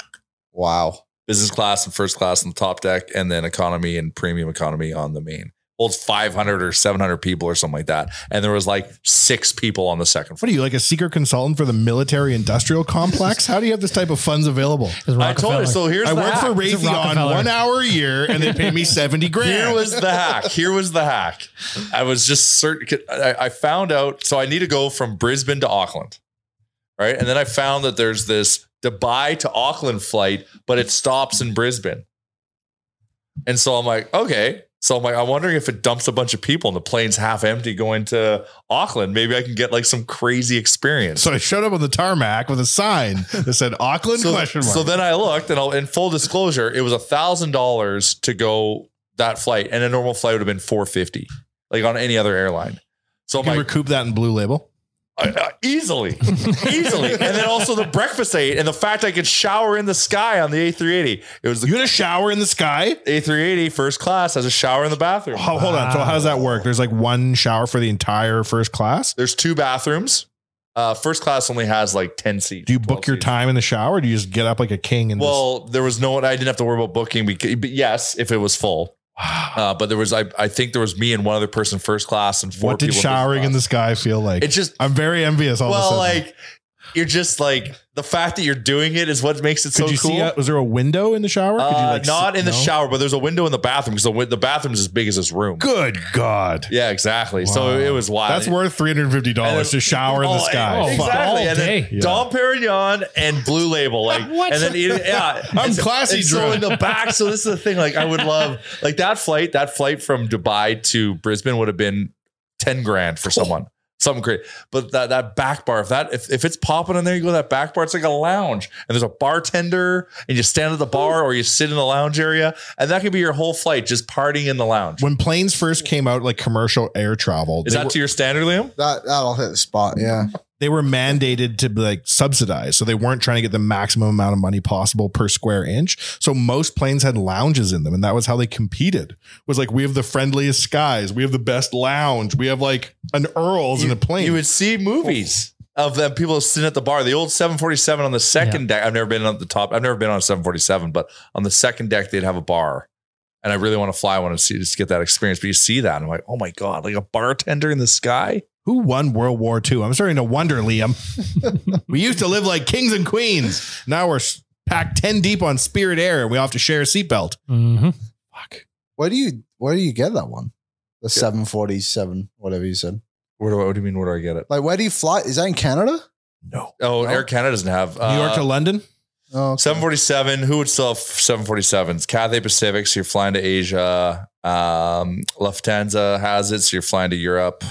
F: Wow.
E: Business class and first class on the top deck, and then economy and premium economy on the main. holds 500 or 700 people or something like that. And there was like six people on the second floor.
C: What are you like a secret consultant for the military industrial complex? How do you have this type of funds available?
E: I told her. So here's
C: I
E: the
C: work
E: hack.
C: for
E: It's a
C: Raytheon
E: Rockefeller.
C: one hour a year and they pay me 70 grand.
E: Here was the hack. Here was the hack. I was just certain. I, I found out. So I need to go from Brisbane to Auckland, right? And then I found that there's this Dubai to Auckland flight, but it stops in Brisbane. And so I'm like, okay. So I'm like, I'm wondering if it dumps a bunch of people and the plane's half empty going to Auckland. Maybe I can get like some crazy experience.
C: So I showed up on the tarmac with a sign that said Auckland
E: so,
C: question mark.
E: so then I looked, and I'll, in full disclosure, it was a thousand dollars to go that flight, and a normal flight would have been four fifty, like on any other airline. So
C: you
E: I'm
C: can
E: like,
C: recoup that in blue label.
E: uh, uh, easily, easily, and then also the breakfast I ate, and the fact I could shower in the sky on the A380. It was
C: You
E: the
C: had a shower in the sky?
E: A380 first class has a shower in the bathroom.
C: Ho- Hold on. So how does that work? There's like one shower for the entire first class.
E: There's two bathrooms. Uh, first class only has like ten seats.
C: Do you
E: 12
C: book your
E: seats.
C: time in the shower? Or do you just get up like a king and just-
E: Well, there was no one. I didn't have to worry about booking. Because, but yes, if it was full. Uh, but there was, I, I think there was me and one other person first class and four
C: what did
E: people business
C: showering in the
E: class.
C: sky feel like?
E: It's just
C: I'm very envious. All
E: well,
C: of a sudden.
E: like you're just like the fact that you're doing it is what makes it
C: could
E: so
C: you
E: cool.
C: see? uh, was there a window in the shower? Could you,
E: Uh,
C: like,
E: not
C: sit-
E: in the
C: no?
E: shower, but there's a window in the bathroom because the, wi- the bathroom's as big as this room.
C: Good God.
E: Yeah, exactly.
C: Wow.
E: So it was wild.
C: That's worth three hundred fifty dollars to shower in the
E: Oh,
C: sky.
D: Oh, fuck.
E: Exactly.
D: All
E: and then
D: day.
C: Yeah.
E: Dom Perignon and Blue Label. Like
D: What?
E: and then yeah.
C: I'm
E: And so-
C: classy
E: and So
C: drunk.
E: in the back. So this is the thing. Like I would love like that flight, that flight from Dubai to Brisbane would have been 10 grand for someone. Something great. But that that back bar, if that if, if it's popping in there, you go to that back bar, it's like a lounge. And there's a bartender and you stand at the bar or you sit in the lounge area. And that could be your whole flight, just partying in the lounge.
C: When planes first came out, like commercial air travel,
E: Is
C: they,
E: that
C: were,
E: to your standard, Liam?
F: That that'll hit the spot. Yeah.
C: they were mandated to be like subsidized. So they weren't trying to get the maximum amount of money possible per square inch. So most planes had lounges in them. And that was how they competed. was like, we have the friendliest skies. We have the best lounge. We have like an Earl's in a plane.
E: You would see movies of them people sitting at the bar. The old 747 on the second deck. I've never been on the top. I've never been on a 747, but on the second deck they'd have a bar. And I really want to fly one and see just get that experience. But you see that, and I'm like, oh my god, like a bartender in the sky.
C: Who won World War II? I'm starting to wonder, Liam. we used to live like kings and queens. Now we're s- packed 10 deep on Spirit Air and we all have to share a seatbelt.
D: Mhm.
F: Where do you where do you get that one? The seven forty seven, whatever you said.
E: Where do I, what do you mean? Where do I get it?
F: Like where do you fly? Is that in Canada?
C: No.
E: Oh,
F: No.
E: Air Canada doesn't have
C: New York to London?
F: Oh, okay.
E: 747. Who would still have 747s? Cathay Pacific. So you're flying to Asia. Um, Lufthansa has it. So you're flying to Europe.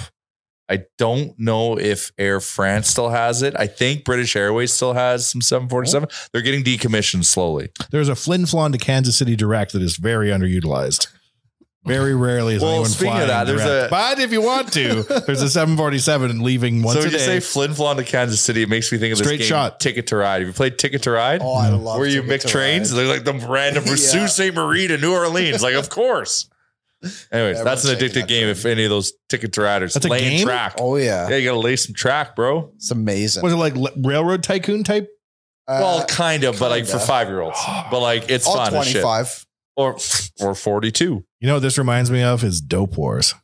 E: I don't know if Air France still has it. I think British Airways still has some
F: Oh.
E: 747. They're getting decommissioned slowly.
C: There's a Flin Flon to Kansas City direct that is very underutilized. Very rarely is
E: Well,
C: anyone
E: speaking of
C: flying
E: that, there's
C: direct.
E: a-
C: But if you want to, there's a 747 leaving once
E: so
C: a
E: when you
C: day.
E: say Flin Flon to Kansas City, it makes me think of
C: Straight
E: this game,
C: shot.
E: Ticket to Ride. Have you played Ticket to Ride?
F: Oh, I love
E: Where you
F: Ticket
E: mix
F: to
E: trains?
F: Ride.
E: They're like the random from
F: Yeah.
E: Sault Ste. Marie to New Orleans. Like, of course. Anyways,
F: Everyone's
E: that's an
F: taking
E: addictive
F: that
E: game
F: train.
E: if any of those ticket to riders
C: That's a
E: laying
C: game?
E: track.
F: Oh yeah.
E: Yeah, you gotta lay some track, bro.
F: It's amazing.
C: was it like le- railroad tycoon type?
F: Uh,
E: well, kind of, but like for
F: kinda.
E: five year olds. But like it's
F: all
E: fun as shit.
F: 25.
E: Or or forty two.
C: You know what this reminds me of is Dope Wars.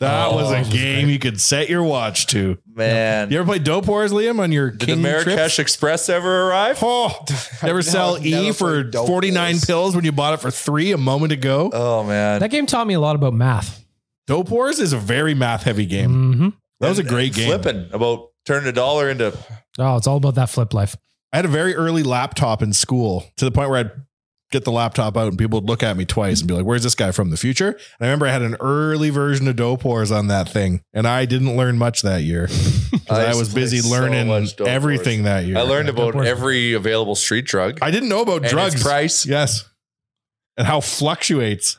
C: That
E: Oh,
C: was a
E: this is
C: game
D: great.
C: you could set your watch to.
E: Man.
C: You ever play Dope Wars, Liam, on your
E: Did
C: king
E: the Marrakesh
C: trips?
E: Express ever arrive?
C: Oh, never
F: No,
C: sell
F: I've
C: E
F: never
C: for
F: played Dope
C: 49
F: Wars.
C: pills when you bought it for three a moment ago.
E: Oh man.
D: That game taught me a lot about math.
C: Dope Wars is a very math heavy game.
F: Mm-hmm.
D: Mhm.
C: That was a
E: And-
C: great
E: and
C: game.
E: Flipping about turning a dollar into
D: Oh, it's all about that flip life.
C: I had a very early laptop in school to the point where I'd get the laptop out and people would look at me twice and be like, Where's this guy from the future? And I remember I had an early version of Dope Wars on that thing. And I didn't learn much that year 'Cause
E: I
C: I,
E: used
C: was
E: to play
C: busy
E: so
C: learning
E: much Dope Wars.
C: everything that year.
E: I learned about
D: word.
E: every available street drug.
C: I didn't know about
E: and its
C: drugs.
E: price.
C: Yes. And how fluctuates.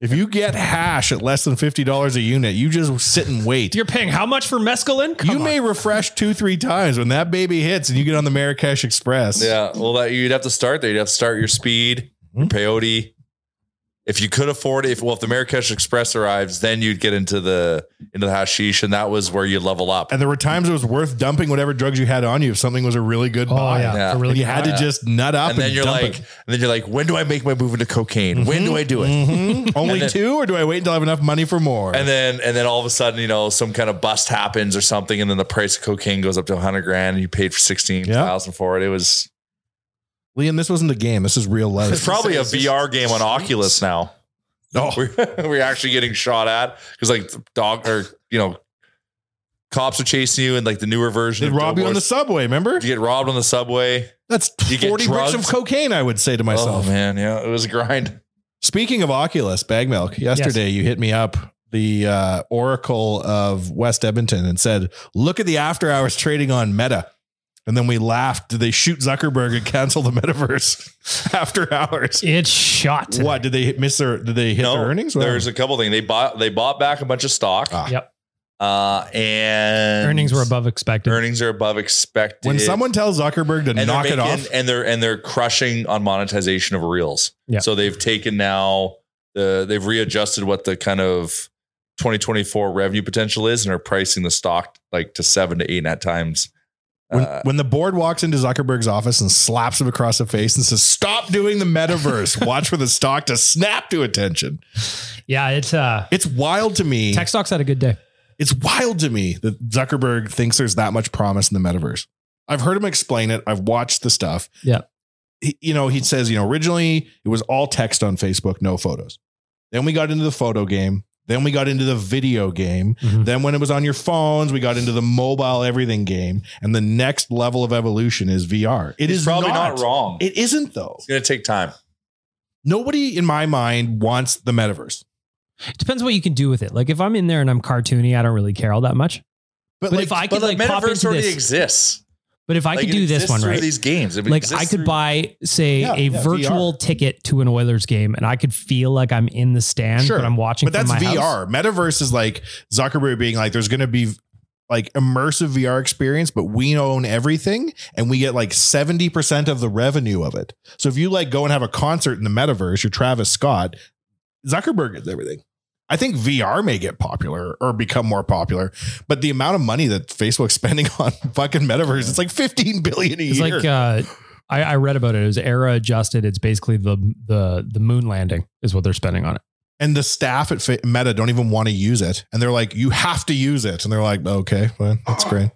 C: If you get hash at less than $50 a unit, you just sit and wait.
D: You're paying how much for mescaline? Come
C: you
D: on.
C: may refresh two, three times when that baby hits and you get on the Marrakesh Express.
D: Mm-hmm.
E: Yeah. Well that you'd have to start there. You'd have to start your speed, your peyote. If you could afford it, if well, if the Marrakesh Express arrives, then you'd get into the into the hashish, and that was where you level up.
C: And there were times it was worth dumping whatever drugs you had on you if something was a really
E: Oh,
C: good buy.
D: Oh, yeah, a really
C: And you
D: good
C: had
D: buy.
C: to just nut up,
E: and then you're
C: dump
E: like,
C: it.
E: and then you're like, when do I make my move into cocaine? When
D: Mm-hmm.
E: do I do it?
C: Mhm. only
E: And then-
C: two, or do I wait until I have enough money for more?
E: And then and then all of a sudden, you know, some kind of bust happens or something, and then the price of cocaine goes up to hundred grand, and you paid for sixteen thousand for it. It was
C: Liam, this wasn't a game. This is real life.
E: it's probably a VR game on Oculus now.
C: No,
E: we're, we're actually getting shot at because like the dog or you know, cops are chasing you, and like the newer version.
C: They
E: of
C: rob you on the
E: Doughboys,
C: subway. Remember?
E: You get robbed on the subway.
C: That's
E: You get
C: forty bricks of
E: drugged.
C: cocaine. I would say to myself.
E: Oh man, yeah, it was a grind.
C: Speaking of Oculus, bag milk. Yesterday, you hit me up the uh, Oracle of West Edmonton and said, "Look at the after hours trading on Meta." And then we laughed. Did they shoot Zuckerberg and cancel the metaverse after hours?
D: It's shot. today.
C: What did they hit- miss their? Did they hit their earnings? Whatever.
E: there's a couple things they bought. They bought back a bunch of stock,
C: Ah.
D: Yep.
E: uh, and
D: Earnings were above expected.
E: earnings are above expected.
C: when someone tells Zuckerberg to
E: and
C: knock
E: they're
C: it
E: making-
C: off,
E: and they're and they're crushing on monetization of reels.
D: Yeah.
E: So they've taken now the they've readjusted what the kind of 2024 revenue potential is and are pricing the stock like to seven to eight net times.
C: When,
E: Uh,
C: when the board walks into Zuckerberg's office and slaps him across the face and says, "Stop doing the metaverse," watch for the stock to snap to attention.
D: Yeah, it's uh
C: It's wild to me.
D: tech stocks had a good day.
C: It's wild to me that Zuckerberg thinks there's that much promise in the metaverse. I've heard him explain it. I've watched the stuff.
D: Yeah.
C: He- you know, he says, you know, originally it was all text on Facebook, no photos. Then we got into the photo game. Then we got into the video game.
D: Mhm.
C: Then when it was on your phones, we got into the mobile everything game. And the next level of evolution is VR. It
E: He's
C: is
E: probably not, wrong.
C: It isn't though.
E: it's going to take time.
C: Nobody in my mind wants the metaverse.
D: It depends what you can do with it. Like if I'm in there and I'm cartoony, I don't really care all that much. But if I could
E: But the
D: like pop
E: metaverse
D: into
E: already
D: this,
E: exists.
D: but if I
E: Like,
D: could
E: it
D: do this
E: exists
D: one
E: through
D: right,
E: These games, It
D: like
E: exists
D: I
E: through-
D: could buy say
C: Yeah,
D: a
C: yeah,
D: virtual ticket to an Oilers game, and I could feel like I'm in the stand,
C: Sure.
D: but I'm watching.
C: But that's
D: from my
C: VR.
D: House.
C: Metaverse is like Zuckerberg being like, there's going to be like immersive VR experience, but we own everything and we get like 70% of the revenue of it. So if you like go and have a concert in the metaverse, you're Travis Scott, Zuckerberg is everything. I think VR may get popular or become more popular, but the amount of money that Facebook's spending on fucking metaverse, it's like 15 billion a
D: It's
C: year.
D: like uh, I, I read about it. It was era adjusted. It's basically the the the moon landing is what they're spending on it.
C: and the staff at Fa- Meta don't even want to use it. And they're like, you have to use it. And they're like, okay, well, that's great.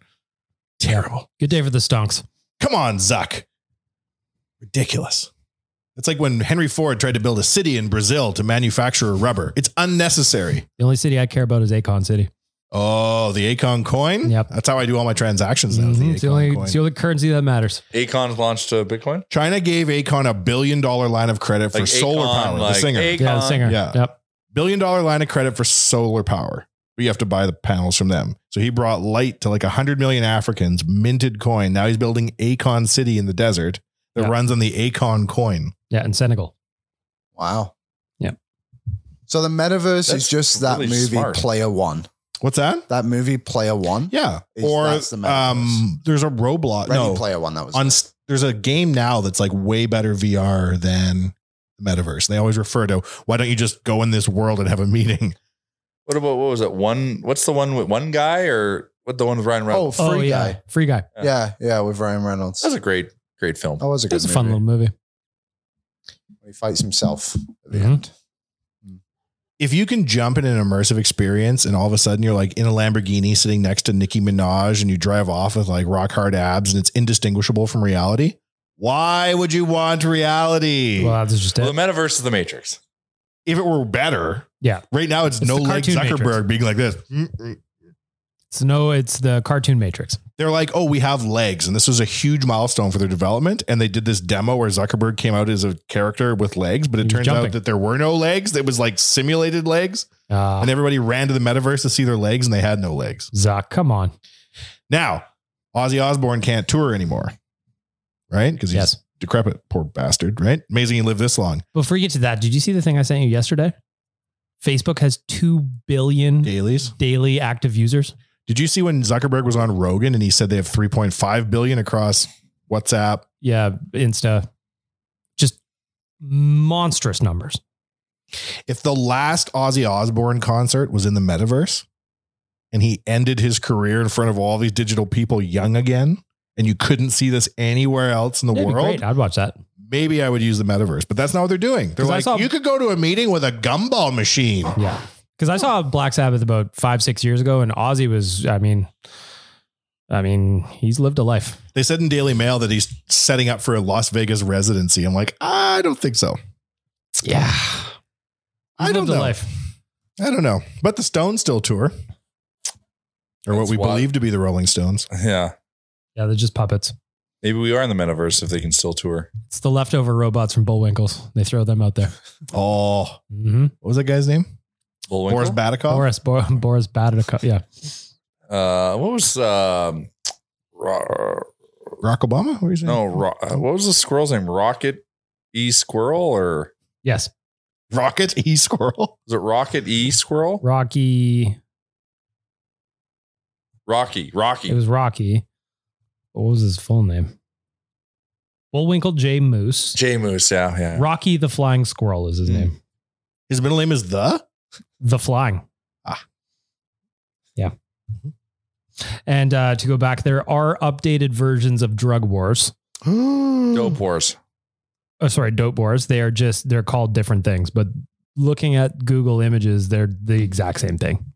C: Terrible.
D: Good day for the stonks.
C: Come on, Zuck. Ridiculous. It's like when Henry Ford tried to build a city in Brazil to manufacture rubber. It's unnecessary.
D: The only city I care about is Akon City.
C: Oh, the Akon coin?
D: Yep.
C: That's how I do all my transactions now. is
D: Mhm.
C: The
D: It's the
C: Akon
D: only
C: coin.
D: it's the only currency that matters.
E: Acon's launched to Bitcoin.
C: China gave Akon a billion dollar line of credit for
E: Like
C: solar
E: Akon,
C: power.
E: like
C: the singer.
E: Akon.
D: Yeah, the singer.
C: Yeah.
D: Yep.
C: billion dollar line of credit for solar power. But you have to buy the panels from them. So he brought light to like 100 million Africans, minted coin. Now he's building Akon City in the desert that
D: Yeah.
C: runs on the Akon coin.
D: Yeah, in Senegal.
F: Wow.
D: Yep.
F: So the metaverse
E: That's
F: is just that
E: really
F: movie
E: smart.
F: Player One.
C: What's that?
F: That movie Player One.
C: Yeah.
F: Is-
C: or
F: that's the metaverse.
C: um, there's a Roblox.
F: Ready
C: no,
F: Player One. That was
C: on s- there's a game now that's like way better VR than the metaverse. They always refer to why don't you just go in this world and have a meeting?
E: What about what was it? One. What's the one with one guy or what? The one with Ryan
F: oh
E: Reynolds.
F: Free
D: oh yeah,
F: Guy.
D: free guy.
E: Yeah.
F: Yeah, yeah, with Ryan Reynolds.
E: that was a great, great film.
F: that was a good.
D: It's a fun
F: movie.
D: little movie.
F: He fights himself at the
D: Mhm.
F: end.
C: Mm. if you can jump in an immersive experience and all of a sudden you're like in a Lamborghini sitting next to Nicki Minaj and you drive off with like rock hard abs and it's indistinguishable from reality, why would you want reality?
D: Well, that's just it.
E: Well, the metaverse is the Matrix.
C: if it were better,
D: Yeah.
C: Right now it's,
D: It's
C: no
D: the
C: like
D: cartoon
C: Zuckerberg
D: Matrix.
C: being like this. Mm-mm.
D: It's no, it's the cartoon Matrix.
C: They're like, oh, we have legs, and this was a huge milestone for their development. And they did this demo where Zuckerberg came out as a character with legs, but it
D: He was
C: turns
D: jumping.
C: out that there were no legs. It was like simulated legs,
D: Uh,
C: and everybody ran to the metaverse to see their legs, and they had no legs.
D: Zuck, come on.
C: Now, Ozzy Osbourne can't tour anymore, right? Because he's
D: Yes.
C: decrepit, poor bastard, right? Amazing he lived this long.
D: Before you get to that, did you see the thing I sent you yesterday? Facebook has 2 billion
C: Dailies.
D: daily active users.
C: Did you see when Zuckerberg was on Rogan and he said they have 3.5 billion across WhatsApp?
D: Yeah, Insta. Just monstrous numbers.
C: If the last Ozzy Osbourne concert was in the metaverse and he ended his career in front of all these digital people young again, and you couldn't see this anywhere else in the
D: That'd be
C: world,
D: great. I'd watch that.
C: maybe I would use the metaverse, but that's not what they're doing. They're
D: 'Cause I
C: like,
D: saw-
C: you could go to a meeting with a gumball machine.
D: Yeah. Because I saw Black Sabbath about five, six years ago, and Ozzy was, I mean, I mean, he's lived a life.
C: They said in Daily Mail that he's setting up for a Las Vegas residency. I'm like, I don't think so.
D: Yeah.
C: I
D: He's
C: don't
D: lived a
C: know.
D: life.
C: I don't know. But the Stones still tour, or what
E: That's
C: we
E: wild.
C: believe to be the Rolling Stones.
E: Yeah.
D: Yeah, they're just puppets.
E: Maybe we are in the metaverse if they can still tour.
D: It's the leftover robots from Bullwinkles. They throw them out there.
C: Oh,
D: Mm-hmm.
C: what was that guy's name? Boris
E: Bullwinkle?
C: Badikoff.
D: Boris, Bo- Boris Badakov. Yeah.
E: Uh, what was um, Ro-
C: Barack Obama. What were you saying?
E: no? Ro- uh, what was the squirrel's name? Rocket E Squirrel or
D: Yes.
C: Rocket E Squirrel.
E: was it Rocket E Squirrel?
D: Rocky.
E: Rocky, Rocky.
D: It was Rocky. What was his full name? Bullwinkle J. Moose.
E: J Moose. Yeah, yeah.
D: Rocky the Flying Squirrel is his
C: Hmm.
D: name.
C: His middle name is the.
D: The Flying.
C: Ah. Mm-hmm.
D: Yeah. And uh, to go back, there are updated versions of Drug Wars.
E: Dope Horse.
D: Oh, sorry, Dope Wars. They are just, they're called different things, but looking at Google images, they're the exact same thing.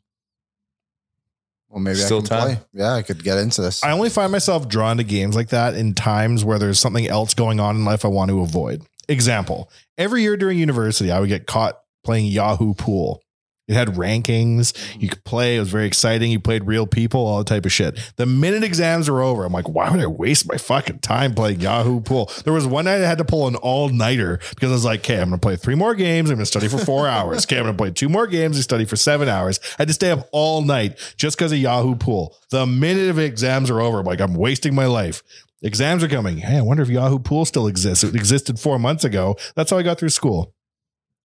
F: Well, maybe
E: Still
F: I can
E: time?
F: play. Yeah, I could get into this.
C: I only find myself drawn to games like that in times where there's something else going on in life I want to avoid. Example: Every year during university, I would get caught playing Yahoo Pool. It had rankings. You could play. It was very exciting. You played real people, all that type of shit. The minute exams were over, I'm like, why would I waste my fucking time playing Yahoo Pool? There was one night I had to pull an all nighter because I was like, okay, I'm going to play three more games. I'm going to study for four hours. Okay, I'm going to play two more games and study for seven hours. I had to stay up all night just because of Yahoo Pool. The minute of exams are over, I'm like, I'm wasting my life. Exams are coming. Hey, I wonder if Yahoo Pool still exists. It existed four months ago. That's how I got through school.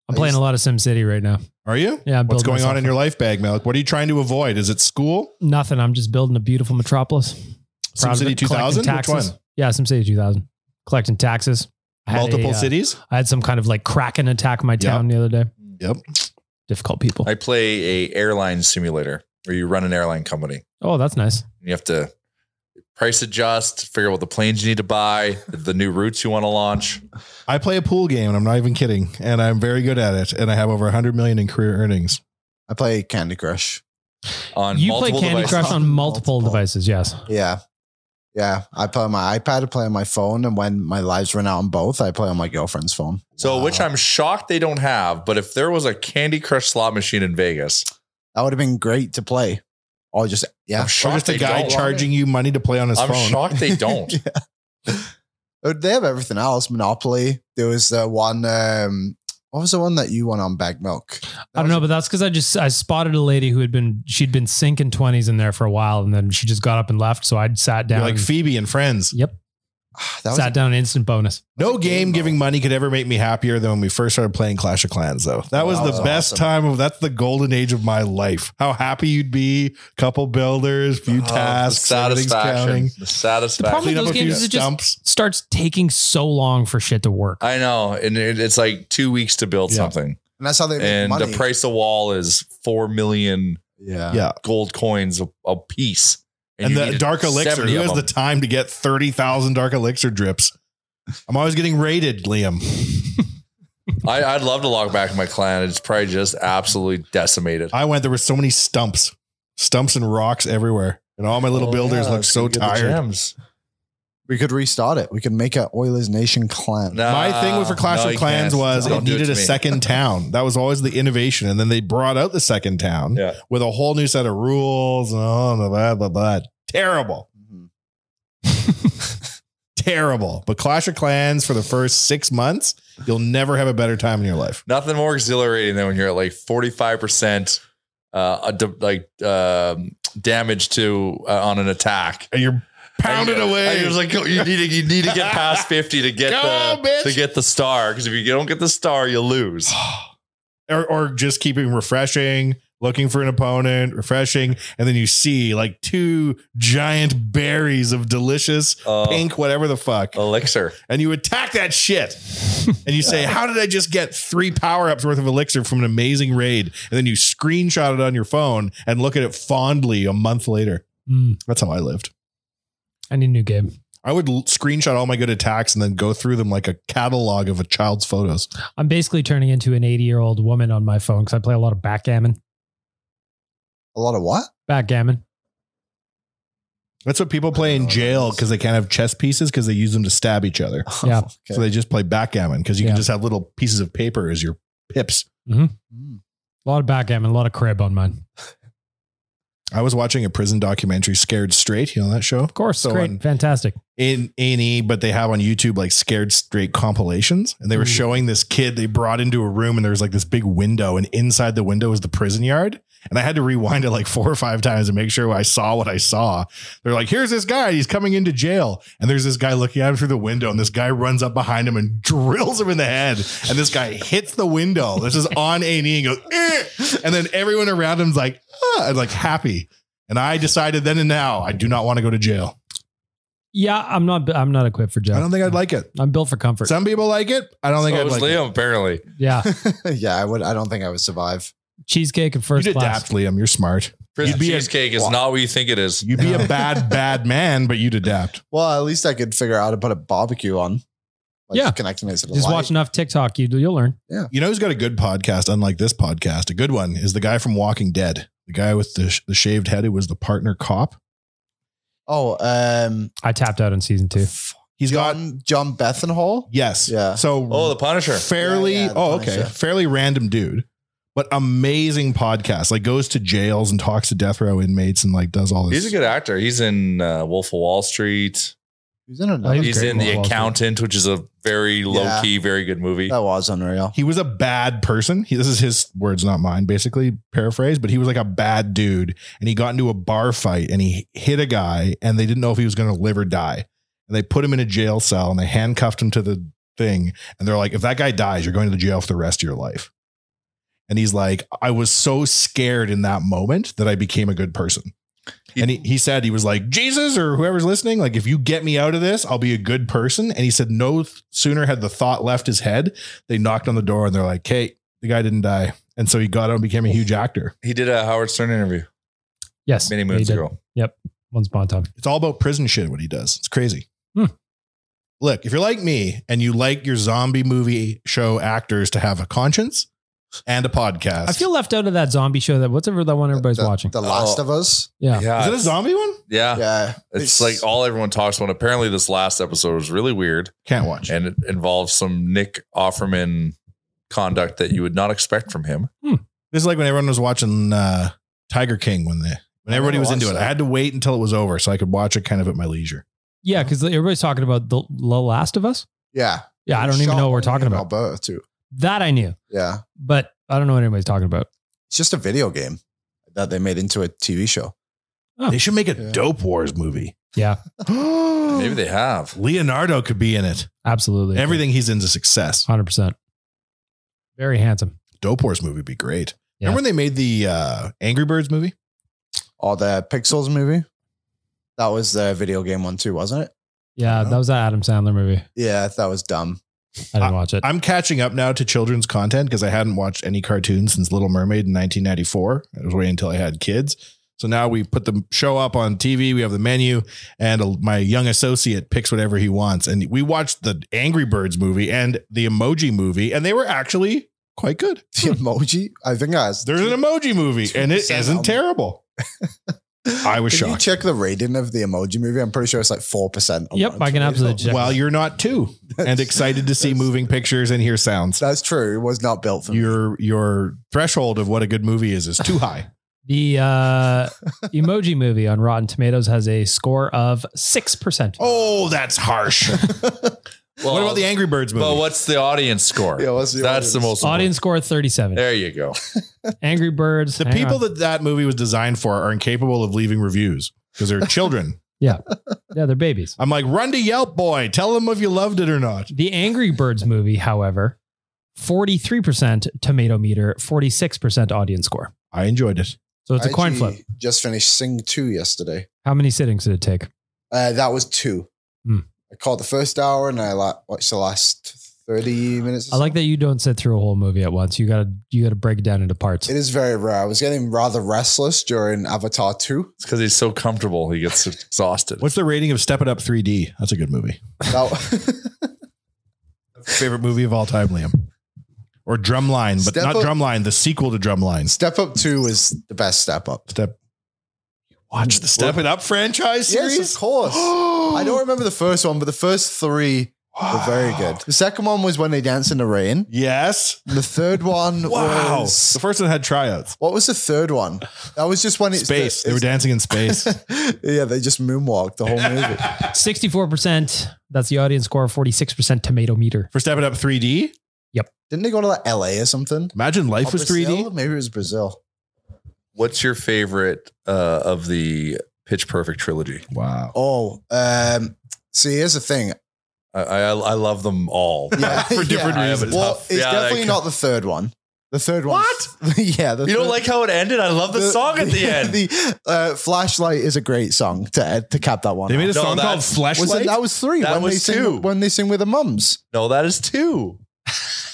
D: I'm playing a lot of SimCity right now.
C: Are you?
D: Yeah,
C: What's
D: build
C: going on
D: myself
C: in your life bag, Malik? What are you trying to avoid? Is it school?
D: Nothing. I'm just building a beautiful metropolis. Proud of
C: SimCity
D: it. Collecting
C: 2000? Which
D: taxes.
C: one?
D: Yeah, SimCity 2000. Collecting taxes. I had
C: Multiple
D: a, uh,
C: cities?
D: I had some kind of like Kraken attack my town the other day.
C: Yep.
D: Difficult people.
E: I play a airline simulator where you run an airline company.
D: oh, that's nice.
E: You have to price adjust, figure out what the planes you need to buy, the new routes you want to launch.
C: I play a pool game, and I'm not even kidding. And I'm very good at it. And I have over 100 million in career earnings.
F: I play Candy Crush.
E: On
D: you play
E: multiple
D: Candy
E: devices.
D: Crush on multiple,
F: Multiple.
D: devices. Yes.
F: Yeah. Yeah. I play on my iPad, I play on my phone, and when my lives run out on both, I play on my girlfriend's phone.
E: So,
F: Wow.
E: which I'm shocked they don't have, but if there was a Candy Crush slot machine in Vegas,
F: that would have been great to play. Or just yeah.
E: I'm
C: Or
E: shocked
C: just a
E: they
C: guy
E: don't.
C: charging you money to play on his
E: I'm
C: phone.
E: shocked they don't.
F: Oh, They have everything else. Monopoly. There was the one. Um, what was the one that you won on Bag Milk?
D: I don't know, but that's because I just I spotted a lady who had been she'd been sinking twenties in there for a while, and then she just got up and left. So I'd sat
C: You're
D: down,
C: like Phoebe and Friends. Ah,
D: yep,
F: That was
D: sat down, an instant bonus.
C: No
F: a
C: game,
F: game, though.
C: giving money could ever make me happier than when we first started playing Clash of Clans, though. That was
F: Wow.
C: the best
F: Awesome.
C: time of that's the golden age of my life. How happy you'd be, couple builders, few
E: Oh, the
C: tasks, everything's
E: satisfaction.
C: counting.
E: The
D: The problem
E: satisfaction.
D: with
C: Clean up
D: those
C: a few
D: games is it
C: stumps.
D: just starts taking so long for shit to work.
E: I know. And it, it's like two weeks to build
C: Yeah.
E: something.
F: and that's how they make
E: And
F: money.
E: the price of wall is 4 million
F: yeah.
C: Yeah.
E: gold coins a, a piece.
C: And,
E: you
C: the
E: needed
C: dark elixir.
E: 70
C: Who
E: of
C: has the
E: them.
C: time to get 30,000 dark elixir drips? I'm always getting raided, Liam.
E: I, I'd love to log back in my clan. It's probably just absolutely decimated.
C: I went, there were so many stumps, stumps and rocks everywhere. And all my little
E: Oh,
C: builders
E: yeah,
C: looked so
E: get the
C: tired.
E: gems.
F: We could restart it. We could make an Oilers Nation clan.
E: Nah,
C: My thing with for Clash
E: no,
C: of
E: you
C: Clans
E: can't.
C: was
E: Don't
C: it
E: do
C: needed
E: to
C: a
E: me.
C: second town. That was always the innovation. And then they brought out the second town
E: Yeah.
C: with a whole new set of rules and all blah, blah, blah, blah. Terrible.
F: Mhm.
C: Terrible. But Clash of Clans for the first six months, you'll never have a better time in your life.
E: Nothing more exhilarating than when you're at like 45% uh, a d- like um, damage to uh, on an attack.
C: And you're pounding
E: And-
C: away.
E: and He was like, "You need to, you need to get past fifty to get
C: Go on,
E: the
C: bitch.
E: to get the star because if you don't get the star, you lose."
C: or, or just keeping refreshing, looking for an opponent, refreshing, and then you see like two giant berries of delicious
E: Oh.
C: pink whatever the fuck
E: elixir,
C: and you attack that shit, and you say, "How did I just get three power ups worth of elixir from an amazing raid?" And then you screenshot it on your phone and look at it fondly a month later.
D: Mm.
C: That's how I lived.
D: I need a new game.
C: I would l- screenshot all my good attacks and then go through them like a catalog of a child's photos.
D: I'm basically turning into an 80 year old woman on my phone because I play a lot of backgammon.
F: A lot of what?
D: Backgammon.
C: That's what people play in jail because they can't have chess pieces because they use them to stab each other.
D: Yeah.
C: So they just play backgammon because you
D: Yeah.
C: can just have little pieces of paper as your pips.
D: Mm-hmm.
C: Mm.
D: A lot of backgammon, a lot of crib on mine.
C: I was watching a prison documentary, Scared Straight. You know that show?
D: Of course.
C: So um,
D: great.
C: on-
D: fantastic.
C: in A and E, but they have on YouTube like scared straight compilations. And they
E: Hmm.
C: were
D: Mm.
C: showing this kid they brought into a room, and there was like this big window, and inside the window was the prison yard. And I had to rewind it like four or five times to make sure I saw what I saw. They're like, "Here's this guy. He's coming into jail." And there's this guy looking at him through the window, and this guy runs up behind him and drills him in the head. And this guy hits the window. This is on A and E, and goes, "Eh." and then everyone around him's like, ah, and like happy. And I decided then and now I do not want to go to jail.
D: Yeah, I'm not I'm not equipped for jail.
C: I don't think I'd like it.
D: I'm built for comfort.
C: Some people like it. I don't think
E: so
C: I'd
E: was
C: like
E: Liam apparently.
D: yeah.
F: yeah, I would. I don't think I would survive.
D: Cheesecake and
C: it.
D: first
C: You'd
D: class.
C: adapt, Liam. You're smart.
E: Prison
C: You'd be a-
E: cheesecake is
F: Wow.
E: not what you think it is.
C: You'd be a bad, bad man, but you'd adapt.
F: Well, at least I could figure out how to put a barbecue on.
D: Yeah.
F: connecting it to the
D: Just
F: light.
D: watch enough TikTok, you you'll learn.
C: You know who's got a good podcast, unlike this podcast? A good one is the guy from Walking Dead, the guy with the, sh- the shaved head who was the partner cop.
F: Oh, um,
D: I tapped out on season two.
C: He's got,
F: John John Bethenhall.
C: yes.
F: Yeah.
C: So,
E: Oh, the Punisher.
C: fairly,
F: Yeah, yeah, the
C: oh,
F: Punisher.
C: okay. Fairly random dude, but amazing podcast. Like goes to jails and talks to death row inmates and like does all this.
E: He's a good actor. He's in uh, Wolf of Wall Street.
F: Who's in
D: Oh,
F: another?
D: he was
E: He's
D: great
E: in
D: in Wolf
E: The
D: of Wall Street.
E: Accountant, which is a very low
F: Yeah.
E: key, very good movie.
F: That was unreal.
C: he was a bad person. He, this is his words, not mine, basically paraphrase, but he was like a bad dude and he got into a bar fight and he hit a guy and they didn't know if he was going to live or die. And they put him in a jail cell and they handcuffed him to the thing. And they're like, if that guy dies, you're going to the jail for the rest of your life. And he's like, I was so scared in that moment that I became a good person.
E: He-
C: and he, he said, he was like, Jesus or whoever's listening, like, if you get me out of this, I'll be a good person. And he said, no sooner had the thought left his head, they knocked on the door and they're like, hey, the guy didn't die. And so he got out and became a huge actor.
E: He did a Howard Stern interview
D: Yes.
E: many
D: he
E: moons
D: did.
E: ago.
D: Once upon a time.
C: It's all about prison shit, what he does. It's crazy.
D: Hmm.
C: Look, if you're like me and you like your zombie movie show actors to have a conscience and a podcast,
D: I feel left out of that zombie show that what's ever that one everybody's
F: the,
D: watching.
F: The Last
E: Oh.
F: of Us.
D: yeah.
C: is it a
E: it's-
C: zombie one?
E: Yeah.
F: Yeah,
E: It's like all everyone talks about. Apparently, this last episode was really weird
C: Can't watch.
E: and it involved some Nick Offerman conduct that you would not expect from him.
C: This is like when everyone was watching uh, Tiger King when they when
F: I
C: everybody
F: never
C: was into
F: watched
C: it.
F: that.
C: I had to wait until it was over so I could watch it kind of at my leisure.
D: Yeah, because everybody's talking about the, the Last of Us.
F: yeah.
D: Yeah, I don't even
F: Shot
D: know what we're
F: one
D: talking
F: in
D: about.
F: Alberta too.
D: That I knew,
F: Yeah,
D: but I don't know what anybody's talking about.
F: it's just a video game that they made into a TV show.
D: Huh.
C: They should make a
F: Yeah.
C: Dope Wars movie.
D: Yeah,
E: Maybe
F: Maybe
E: they have.
C: Leonardo could be in it.
D: absolutely.
C: Everything he's in's a success.
D: Hundred percent. Very handsome.
C: Dope Wars movie would be great.
D: Yeah.
C: Remember when they made the uh, Angry Birds movie?
F: or Oh, the Pixels movie. That was the video game one too, wasn't it?
D: Yeah, that was that Adam Sandler movie.
F: Yeah, that was dumb.
D: I didn't watch it.
C: I'm catching up now to children's content because I hadn't watched any cartoons since Little Mermaid in 1994. I was waiting until I had kids. So now we put the show up on TV. We have the menu, and a, my young associate picks whatever he wants. And we watched the Angry Birds movie and the Emoji movie, and they were actually quite good.
F: The emoji. I think I was.
C: There's an Emoji movie, and it
F: 2%
C: isn't
F: on-
C: terrible. I was
F: Can you
C: shocked.
F: check the rating of the emoji movie? I'm pretty sure it's like four percent.
D: Yep, I can absolutely check.
C: Well, you're not too, and excited to see moving pictures and hear sounds.
F: That's true. It was not built for me.
C: Your your threshold of what a good movie is is too high.
D: the uh, emoji movie on Rotten Tomatoes has a score of six percent.
C: Oh, that's harsh.
E: Well,
C: what about the Angry Birds movie?
E: But what's the audience score?
F: Yeah, what's the
E: That's the
F: audience?
E: most
D: Audience score thirty-seven.
E: There you go.
D: Angry Birds.
C: the
D: hang
C: people
D: on.
C: that that movie was designed for are incapable of leaving reviews because they're children.
D: yeah, they're babies.
C: I'm like, run to Yelp, boy. Tell them if you loved it or not.
D: The Angry Birds movie, however, 43% tomato meter, 46% audience score.
C: I enjoyed it.
D: So it's a coin
F: IG
D: flip.
F: Just finished Sing 2 yesterday.
D: How many sittings did it take?
F: Uh, that was two.
D: Hmm.
F: I caught the first hour and I la- watched the last 30 minutes. or
D: I like that you don't sit through a whole movie at once. You gotta you gotta break it down into parts.
F: It is very rare. I was getting rather restless during Avatar 2.
E: It's because he's so comfortable, he gets exhausted.
C: What's the rating of Step It Up 3D? That's a good movie.
F: That-
C: Favorite movie of all time, Liam. Or Drumline, but
F: Step
C: not
F: Up-
C: Drumline, the sequel to Drumline.
F: step Up 2 was the best Step Up.
C: Step Watch the Step It Up franchise series.
F: Yes, of course. I don't remember the first one, but the first three were very good. The second one was when they dance in the rain.
C: Yes.
F: The third one
C: Wow.
F: was.
C: The first one had tryouts.
F: What was the third one? That was just when it's
C: Space. They were dancing in space.
F: yeah, they just moonwalked the whole movie.
D: 64%, that's the audience score, 46% tomato meter.
C: For Step It Up 3D,
F: Didn't they go to like LA or something?
C: imagine life
F: Or
C: was
F: Brazil?
C: 3D.
F: Maybe it was Brazil.
E: What's your favorite uh, of the Pitch Perfect trilogy?
C: Wow.
F: Oh, um, see, here's the thing.
E: I I, I love them all
F: Yeah,
E: for different
F: yeah.
E: reasons.
F: Well, it's
E: Yeah,
F: definitely
E: like-
F: not the third one. The third one.
E: What?
F: yeah. The
E: You don't
F: third-
E: like how it ended? I love the, song at the end.
F: The uh, flashlight is a great song to to cap that one.
C: They made a
E: No,
C: song called
E: that's-
C: Fleshlight.
F: was it, that was three.
E: That
F: when
E: was
F: they sing,
E: two.
F: When they sing with the mums.
E: no, that is two.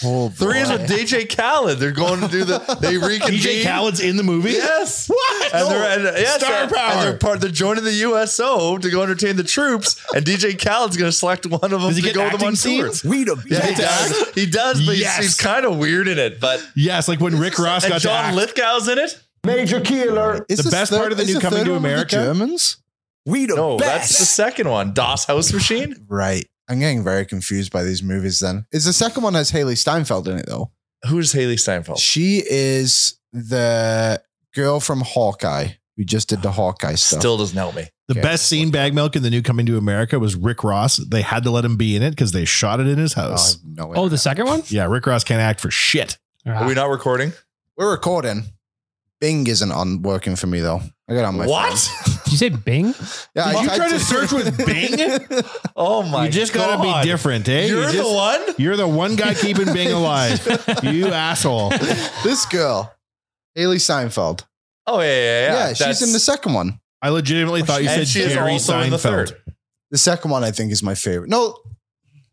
F: Oh,
E: Three is
F: boy.
E: with DJ Khaled. They're going to do the they reconvene.
C: DJ Khaled's in the movie?
E: Yes.
C: What?
E: And they're and, uh, yes,
C: Star
E: and-
C: power.
E: And they're part. They're joining the USO to go entertain the troops. And DJ Khaled's going to select one of them
C: Does he
E: to
C: get
E: go with them on
C: acting
E: tour.
C: scenes?
F: We the
E: Yeah, he
F: best.
E: does. He does, but he's-
C: Yes.
E: he's, kind of weird in it. But
C: Yes, like when Rick Ross
E: and
C: got
E: John
C: to act.
E: Lithgow's in it.
F: Major key alert. Is
C: The
F: this
C: best part of the
F: is
C: new Coming
F: third
C: to
F: one with
C: America?
F: The Germans. We the
E: No,
F: best.
E: that's the second one. Das House Machine.
F: right. I'm getting very confused by these movies. Then is the second one has Haley Steinfeld in it though?
E: Who's Haley Steinfeld?
F: She is the girl from Hawkeye who just did the Hawkeye stuff.
E: Still doesn't help me.
C: The
F: Okay.
C: best scene bag milk in the new Coming to America was Rick Ross. They had to let him be in it because they shot it in his
F: Oh, I
C: house.
F: have no
D: Oh,
F: idea.
D: the second one?
C: Yeah, Rick Ross can't act for shit.
E: Are we not recording?
F: We're recording. Bing isn't on working for me though. I got it on my
E: What?
F: phone.
D: Did you say Bing?
F: yeah,
C: Did
F: I
C: you
F: typed
C: try to
F: it.
C: search with Bing?
E: Oh my!
C: you just gotta
E: God.
C: be different, eh?
E: You're
C: You
E: the
C: just-
E: one.
C: You're the one guy keeping Bing alive. you asshole.
F: this girl, Haley Seinfeld.
E: Oh yeah, yeah, yeah.
F: Yeah, she's
E: That's-
F: in the second one.
C: I legitimately thought you
E: and
C: said
E: she is
C: Jerry
E: also in the
C: Seinfeld.
E: third.
F: The second one I think is my favorite. No,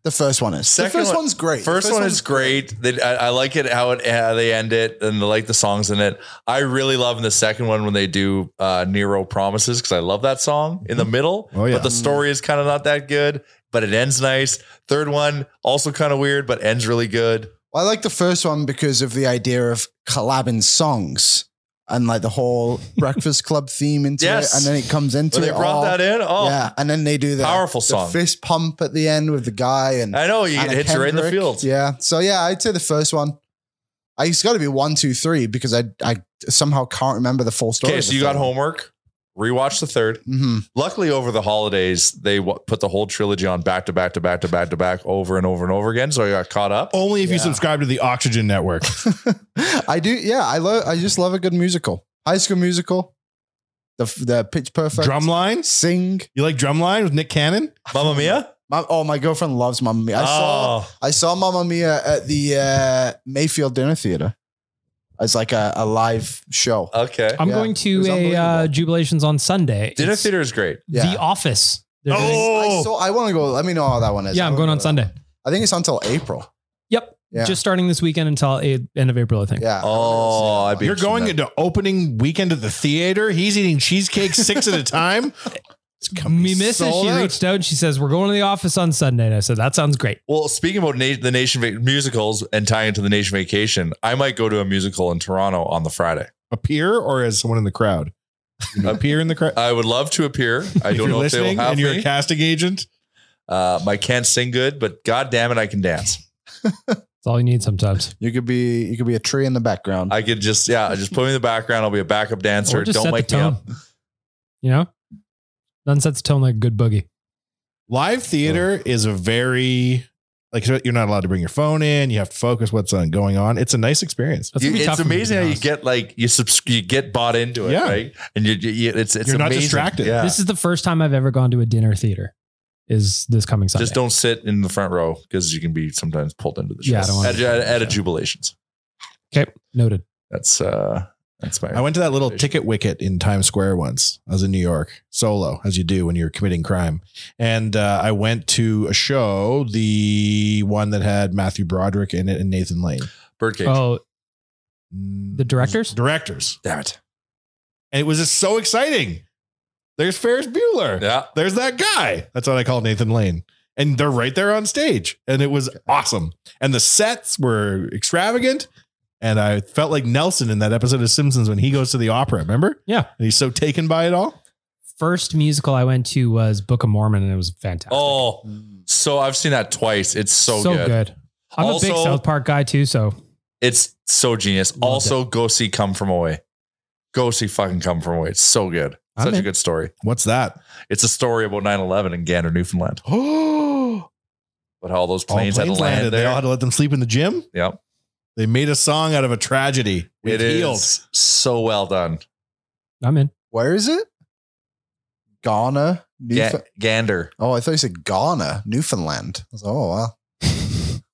F: the first one is.
E: Second
F: the first
E: one-
F: one's great. The
E: First, one
F: one's
E: is great. They- I, I like it how it how they end it and I like the songs in it. I really love in the second one when they do uh, Nero Promises because I love that song
F: Mm-hmm.
E: in the middle.
C: Oh, yeah.
E: But the story is kind of not that good, but it ends nice. Third one also kind of weird, but ends really good.
F: Well, I like the first one because of the idea of collabing songs and like the whole Breakfast Club theme into
E: Yes.
F: it, and then it comes into
E: When they
F: it
E: brought
F: all.
E: that in, oh,
F: Yeah, and then they do the
E: Powerful
F: the
E: song.
F: fist pump at the end with the guy and
E: I know you
F: Anna
E: it hits you right in the
F: Kendrick.
E: field.
F: Yeah, so yeah, I'd say the first one. I, it's got to be one, two, three because I I somehow can't remember the full story.
E: Okay, so you got homework. Rewatch the third.
F: hmm
E: Luckily, over the holidays, they w- put the whole trilogy on back to back to back to back to back over and over and over again. So I got caught up.
C: Only if you
F: Yeah.
C: subscribe to the Oxygen Network.
F: I do. Yeah, I love. I just love a good musical. High School Musical, the the Pitch Perfect,
C: Drumline?
F: Sing.
C: You like Drumline with Nick Cannon?
E: Mamma Mia.
F: My, oh, my girlfriend loves Mamma Mia. I saw
E: Oh.
F: I saw Mamma Mia at the uh, Mayfield Dinner Theater as like a, a live show.
E: Okay.
D: I'm
F: Yeah,
D: going
F: it
D: to
F: was
D: a uh,
F: unbelievable.
D: Jubilations on Sunday.
E: Dinner
D: It's
E: theater is great.
F: Yeah.
D: The Office. They're doing-
F: I,
C: Oh,
F: saw, I want to go. Let me know how that one is.
D: yeah,
F: I
D: I'm going
F: wanna
D: on
F: go.
D: Sunday.
F: I think it's until April.
D: Yep.
F: Yeah.
D: Just starting this weekend until a- end of April, I think.
F: Yeah. I wanna
E: Oh,
F: go see that
E: I'd
F: one.
E: be-
C: you're going into opening weekend at the theater. He's eating cheesecake six at a time.
D: Me missus,
C: sold
D: she
C: out.
D: reached out and she says, We're going to the office on Sunday. And I said, That sounds great.
E: Well, speaking about na- the nation va- musicals and tying it to the nation vacation, I might go to a musical in Toronto on the Friday.
C: Appear or as someone in the crowd? Appear in the crowd.
E: I would love to appear. I
C: If
E: don't
C: you're
E: know if they will
C: listening
E: have
C: and you're a
E: me.
C: casting agent,
E: Um, I can't sing good, but god damn it, I can dance.
D: That's all you need sometimes.
F: You could be. You could be a tree in the background.
E: I could just yeah, just put me in the background. I'll be a backup dancer.
D: Or just
E: Don't
D: set
E: wake
D: the
E: me
D: tone.
E: up.
D: You know? None sets the tone like a good boogie.
C: live theater is a very like you're not allowed to bring your phone in. You have to focus what's on going on. It's a nice experience.
D: That's
E: You-
D: gonna be tough
E: it's
D: for me, to
E: amazing
D: be
E: how you
D: honest.
E: get like you subs- you get bought into it,
C: Yeah.
E: right? And you, you, you- it's it's
C: You're not
E: amazing.
C: distracted.
E: Yeah.
D: This is the first time I've ever gone to a dinner theater. is this coming Sunday.
E: Just don't sit in the front row because you can be sometimes pulled into the
D: Yeah, I
E: chest.
D: don't wanna
E: at,
D: be-
E: at, at a jubilations.
D: Okay, noted.
E: That's uh that's my
C: I went to that little
E: recommendation.
C: ticket wicket in Times Square once. I was in New York solo, as you do when you're committing crime. And uh, I went to a show, the one that had Matthew Broderick in it and Nathan Lane.
E: birdcage.
D: Oh,
C: Mm,
D: the directors?
C: Directors.
E: Damn it.
C: And it was just so exciting. There's Ferris Bueller.
E: Yeah.
C: There's that guy. That's what I call Nathan Lane. And they're right there on stage. And it was awesome. And the sets were extravagant. And I felt like Nelson in that episode of Simpsons when he goes to the opera, remember?
D: Yeah.
C: And he's so taken by it all.
D: First musical I went to was Book of Mormon, and it was fantastic.
E: Oh, so I've seen that twice. It's so, good.
D: I'm a big
E: Also-
D: South Park guy too, so
E: It's so genius.
D: Loved
E: also, go see Come From Away. Go see fucking Come From Away. It's so good.
D: I'm
E: Such a
D: in.
E: good story.
C: What's that?
E: It's a story about 9 11 in Gander, Newfoundland.
C: Oh,
E: But how those
C: all
E: planes, had to land
C: They
E: there.
C: all had to let them sleep in the gym.
E: yep.
C: They made a song out of a tragedy.
E: It is so well done.
D: I'm in.
F: Where is it? Ghana.
E: Ga-
F: Newf-
E: Gander.
F: oh, I thought you said Ghana, Newfoundland. I was like, oh, wow.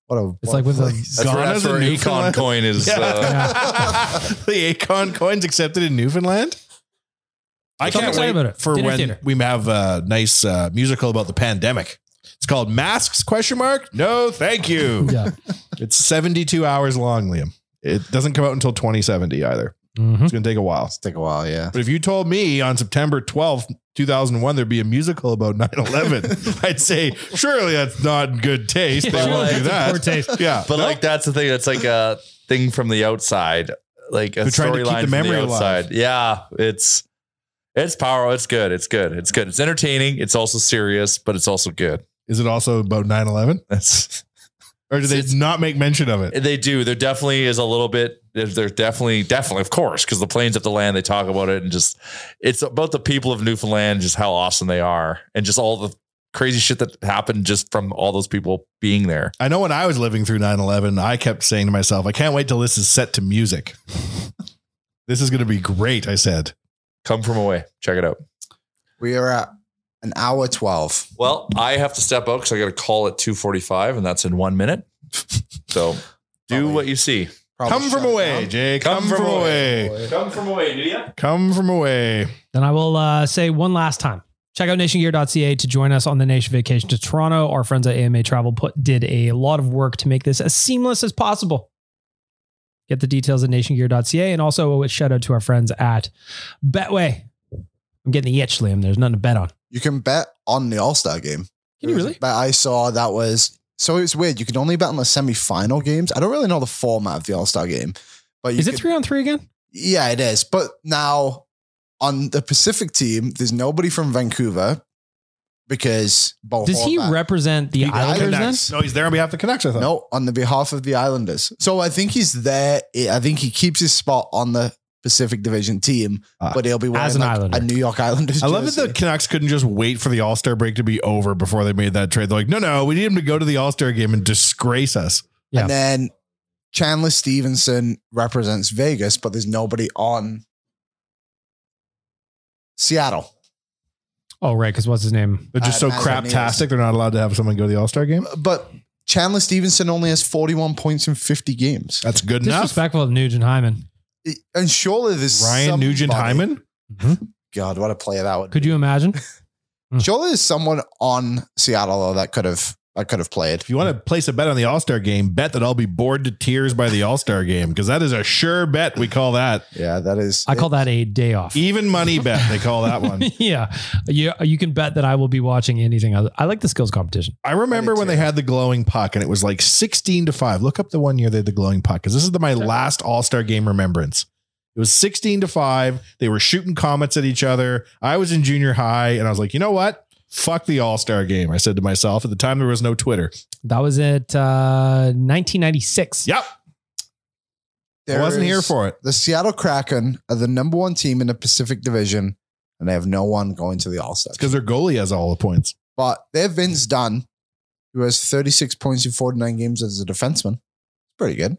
F: What a,
D: It's
F: what
D: like with a-
F: place.
E: That's where,
C: Ghana's
E: that's where
C: in
E: Econ
C: Newfoundland.
E: coin is. Uh,
C: the Akon coins accepted in Newfoundland. I
D: So
C: can't
D: I'm
C: wait
D: excited about it.
C: for
D: Dinner
C: when
D: theater.
C: we have a nice uh, musical about the pandemic. It's called Masks? Question mark? No, thank you.
D: Yeah.
C: It's seventy-two hours long, Liam. It doesn't come out until twenty seventy either.
D: Mhm.
C: It's going to take a while.
F: Take a while, yeah.
C: But if you told me on September 12th, 2001, there'd be a musical about 9 11, I'd say, surely that's not good taste. They
E: Yeah,
C: won't
E: like-
C: do that.
D: Poor taste.
C: Yeah.
E: but like, that's the thing. That's like a thing from the outside. Like a
C: They're trying to keep
E: storyline
C: the
E: from the
C: memory alive.
E: outside. Yeah. It's. It's powerful. It's good. It's good. It's good. It's entertaining. It's also serious, but it's also good.
C: Is it also about 9 11?
E: That's
C: Or do they
E: It's-
C: not make mention of it?
E: They do. There definitely is a little bit. There's there definitely, definitely, of course, because the planes have to land. They talk about it and just it's about the people of Newfoundland, just how awesome they are, and just all the crazy shit that happened just from all those people being there.
C: I know when I was living through 9 11, I kept saying to myself, I can't wait till this is set to music. this is going to be great, I said.
E: Come from away. Check it out.
F: We are at an hour 12.
E: Well, I have to step out because I got a call at two forty-five, and that's in one minute. So do
F: Probably.
E: what you see.
F: Probably
C: Come from
F: shut
C: away,
F: down.
C: Jay. Come, from, away.
E: Come from away, did ya?
C: Come from away.
D: Then I will uh, say one last time. Check out nationgear.ca to join us on the nation vacation to Toronto. Our friends at AMA Travel put did a lot of work to make this as seamless as possible. Get the details at nationgear.ca and also a shout out to our friends at Betway. I'm getting the itch, Liam. There's nothing to bet on.
F: You can bet on the All Star game.
D: Can you
F: There was a
D: really?
F: Bet I saw that was so it's weird. You could only bet on the semi final games. I don't really know the format of the All Star game, but you
D: Is it
F: could-
D: three on three again?
F: Yeah, it is. But now on the Pacific team, there's nobody from Vancouver because
C: Oh,
F: Bo
D: Does he
F: Horvat-
D: represent the
F: The
D: Islanders then?
F: Canucks.
C: No, he's there on behalf of the Canucks, I thought.
F: No, on the behalf of the Islanders. So I think he's there. I think he keeps his spot on the Pacific Division team,
C: Ah.
F: but he'll be wearing
D: As an
F: like,
D: Islander.
F: a New York Islanders.
C: I love that the
F: jersey.
C: Canucks couldn't just wait for the All Star break to be over before they made that trade. They're like, no, no, we need him to go to the All Star game and disgrace us.
D: Yeah.
F: And then Chandler Stevenson represents Vegas, but there's nobody on Seattle.
D: Oh, right. Because what's his name?
C: They're just
F: Uh,
C: so
F: as an
C: craptastic. They're not allowed to have someone go to the All Star game.
F: But Chandler Stevenson only has 41 points in 50 games.
C: That's good enough.
D: Disrespectful of Nugent Hyman.
F: And surely there's
C: Ryan
F: somebody- Mm-hmm.
C: Nugent Hyman.
F: God, what a player that would.
D: Could you imagine?
F: Surely there's someone on Seattle though, that could have that could have played.
C: If you want to place a bet on the All Star game, bet that I'll be bored to tears by the All Star game because that is a sure bet. We call that
F: Yeah, that is.
D: I call that a day off.
C: even money bet. They call that one.
D: yeah. You, you can bet that I will be watching anything. Other. I like the skills competition.
C: I remember when they had the glowing puck and it was like 16 to 5. Look up the one year they had the glowing puck because this is the, my last All Star game remembrance. It was 16 to 5. They were shooting comments at each other. I was in junior high and I was like, you know what? Fuck the All Star game. I said to myself at the time, there was no Twitter.
D: That was at uh, 1996.
C: Yep. I wasn't here for it.
F: The Seattle Kraken are the number one team in the Pacific Division, and they have no one going to the All Star.
C: It's because their goalie has all the points.
F: But they have Vince Dunn, who has 36 points in 49 games as a defenseman. Pretty good.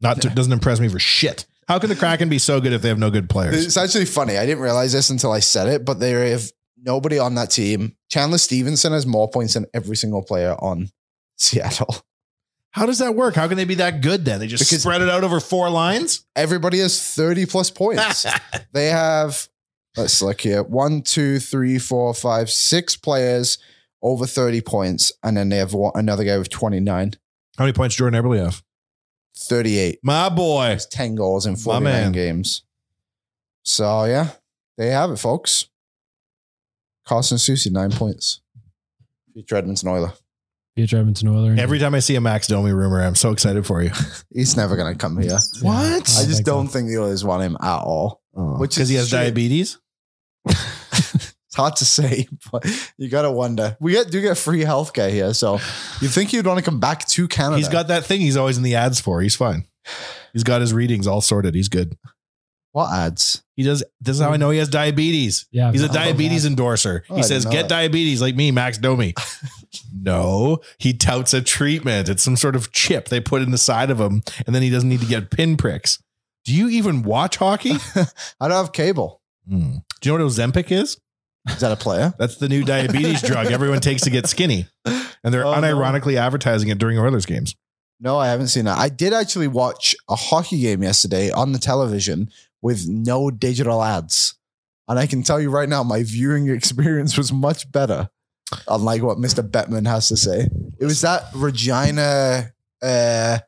C: Not to, doesn't impress me for shit. How can the Kraken be so good if they have no good players?
F: It's actually funny. I didn't realize this until I said it, but they have nobody on that team. Chandler Stevenson has more points than every single player on Seattle.
C: How does that work? How can they be that good then? They just spread it out over four lines.
F: Everybody has 30 plus points. they have, let's look here, one, two, three, four, five, six players over 30 points. And then they have one, another guy with 29,
C: How many points Jordan Eberle have?
F: 38.
C: My boy.
F: It's 10 goals in
C: man.
F: 49 games. So, yeah, they have it, folks. Carson Susie, nine points. Future Edmonton Oiler.
D: Future Edmonton Oilers.
C: Every time I see a Max Domi rumor, I'm so excited for you.
F: He's never going to come here.
C: What?
F: I just don't think the Oilers want him at all. Which
C: Because
F: is
C: he has
F: shame.
C: diabetes.
F: It's hard to say, but you got to wonder. We get, do get free healthcare here. So you think you'd want to come back to Canada.
C: He's got that thing he's always in the ads for. He's fine. He's got his readings all sorted. He's good.
F: what ads?
C: He does. This is how I know he has diabetes.
D: Yeah,
C: He's a
F: no, I don't
C: diabetes
F: have-
C: endorser.
F: Oh,
C: he
F: I
C: says,
F: didn't know
C: get
F: that."
C: diabetes like me, Max Domi. no, he touts a treatment. It's some sort of chip they put in the side of him, and then he doesn't need to get pinpricks. Do you even watch hockey?
F: I don't have cable.
C: Hmm. Do you know what Ozempic is?
F: Is that a player?
C: That's the new diabetes drug everyone takes to get skinny. And they're
F: Oh, no.
C: unironically advertising it during Oilers games.
F: No, I haven't seen that. I did actually watch a hockey game yesterday on the television with no digital ads. And I can tell you right now, my viewing experience was much better, unlike what Mr. Bettman has to say. It was that Regina, uh,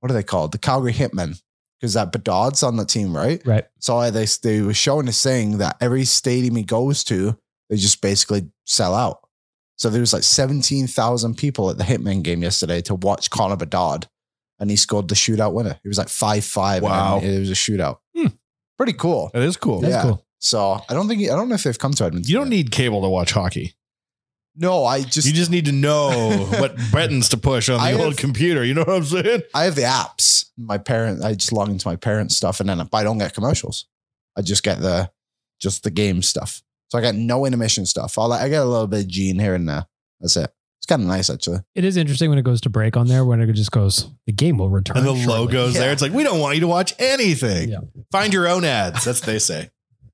F: what are they called? The Calgary Hitmen. Because that Bedard's on the team, right?
D: Right.
F: So I- they, they were showing this thing that every stadium he goes to, they just basically sell out. So there was like 17,000 people at the Hitman game yesterday to watch Connor Bedard. And he scored the shootout winner. It was like 5 5.
C: Wow.
F: And it was a shootout.
D: Hmm.
F: Pretty cool.
C: That is cool.
D: That's
F: Yeah.
D: cool.
F: So I don't think, I don't know if they've come to Edmonton.
C: You don't
F: yet.
C: need cable to watch hockey.
F: no, I just,
C: you just need to know what buttons to push on the
F: I
C: old
F: have-
C: computer. You know what I'm saying?
F: I have the apps. My parent, I just log into my parents' stuff and then I don't get commercials. I just get the, just the game stuff. So I get no intermission stuff. I'll, I get a little bit of Gene here and there. That's it. It's kind of nice actually.
D: It is interesting when it goes to break on there when it just goes, the game will return.
C: And the
D: shortly."
C: logos there.
F: Yeah.
C: It's like, we don't want you to watch anything.
D: Yeah.
C: Find your own ads. That's what they say.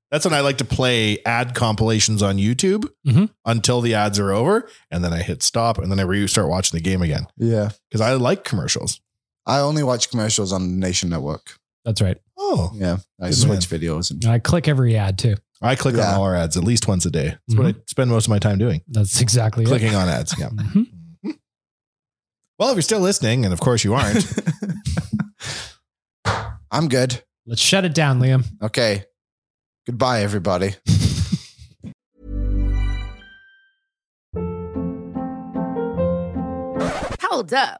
C: That's when I like to play ad compilations on YouTube
D: Mhm.
C: until the ads are over. And then I hit stop and then I restart watching the game again
F: Yeah.
C: because I like commercials.
F: I only watch commercials on the Nation Network.
D: That's right.
C: Oh,
F: Yeah. I
C: Good
F: switch videos and
D: I click every ad too.
C: I click on
F: Yeah.
C: all our ads at least once a day. That's what I spend most of my time doing.
D: Mm-hmm. That's exactly it.
C: clicking on ads. Yeah.
D: Mhm.
C: Well, if you're still listening, and of course you aren't,
F: I'm good.
D: Let's shut it down, Liam.
F: Okay. Goodbye, everybody.
I: Hold up.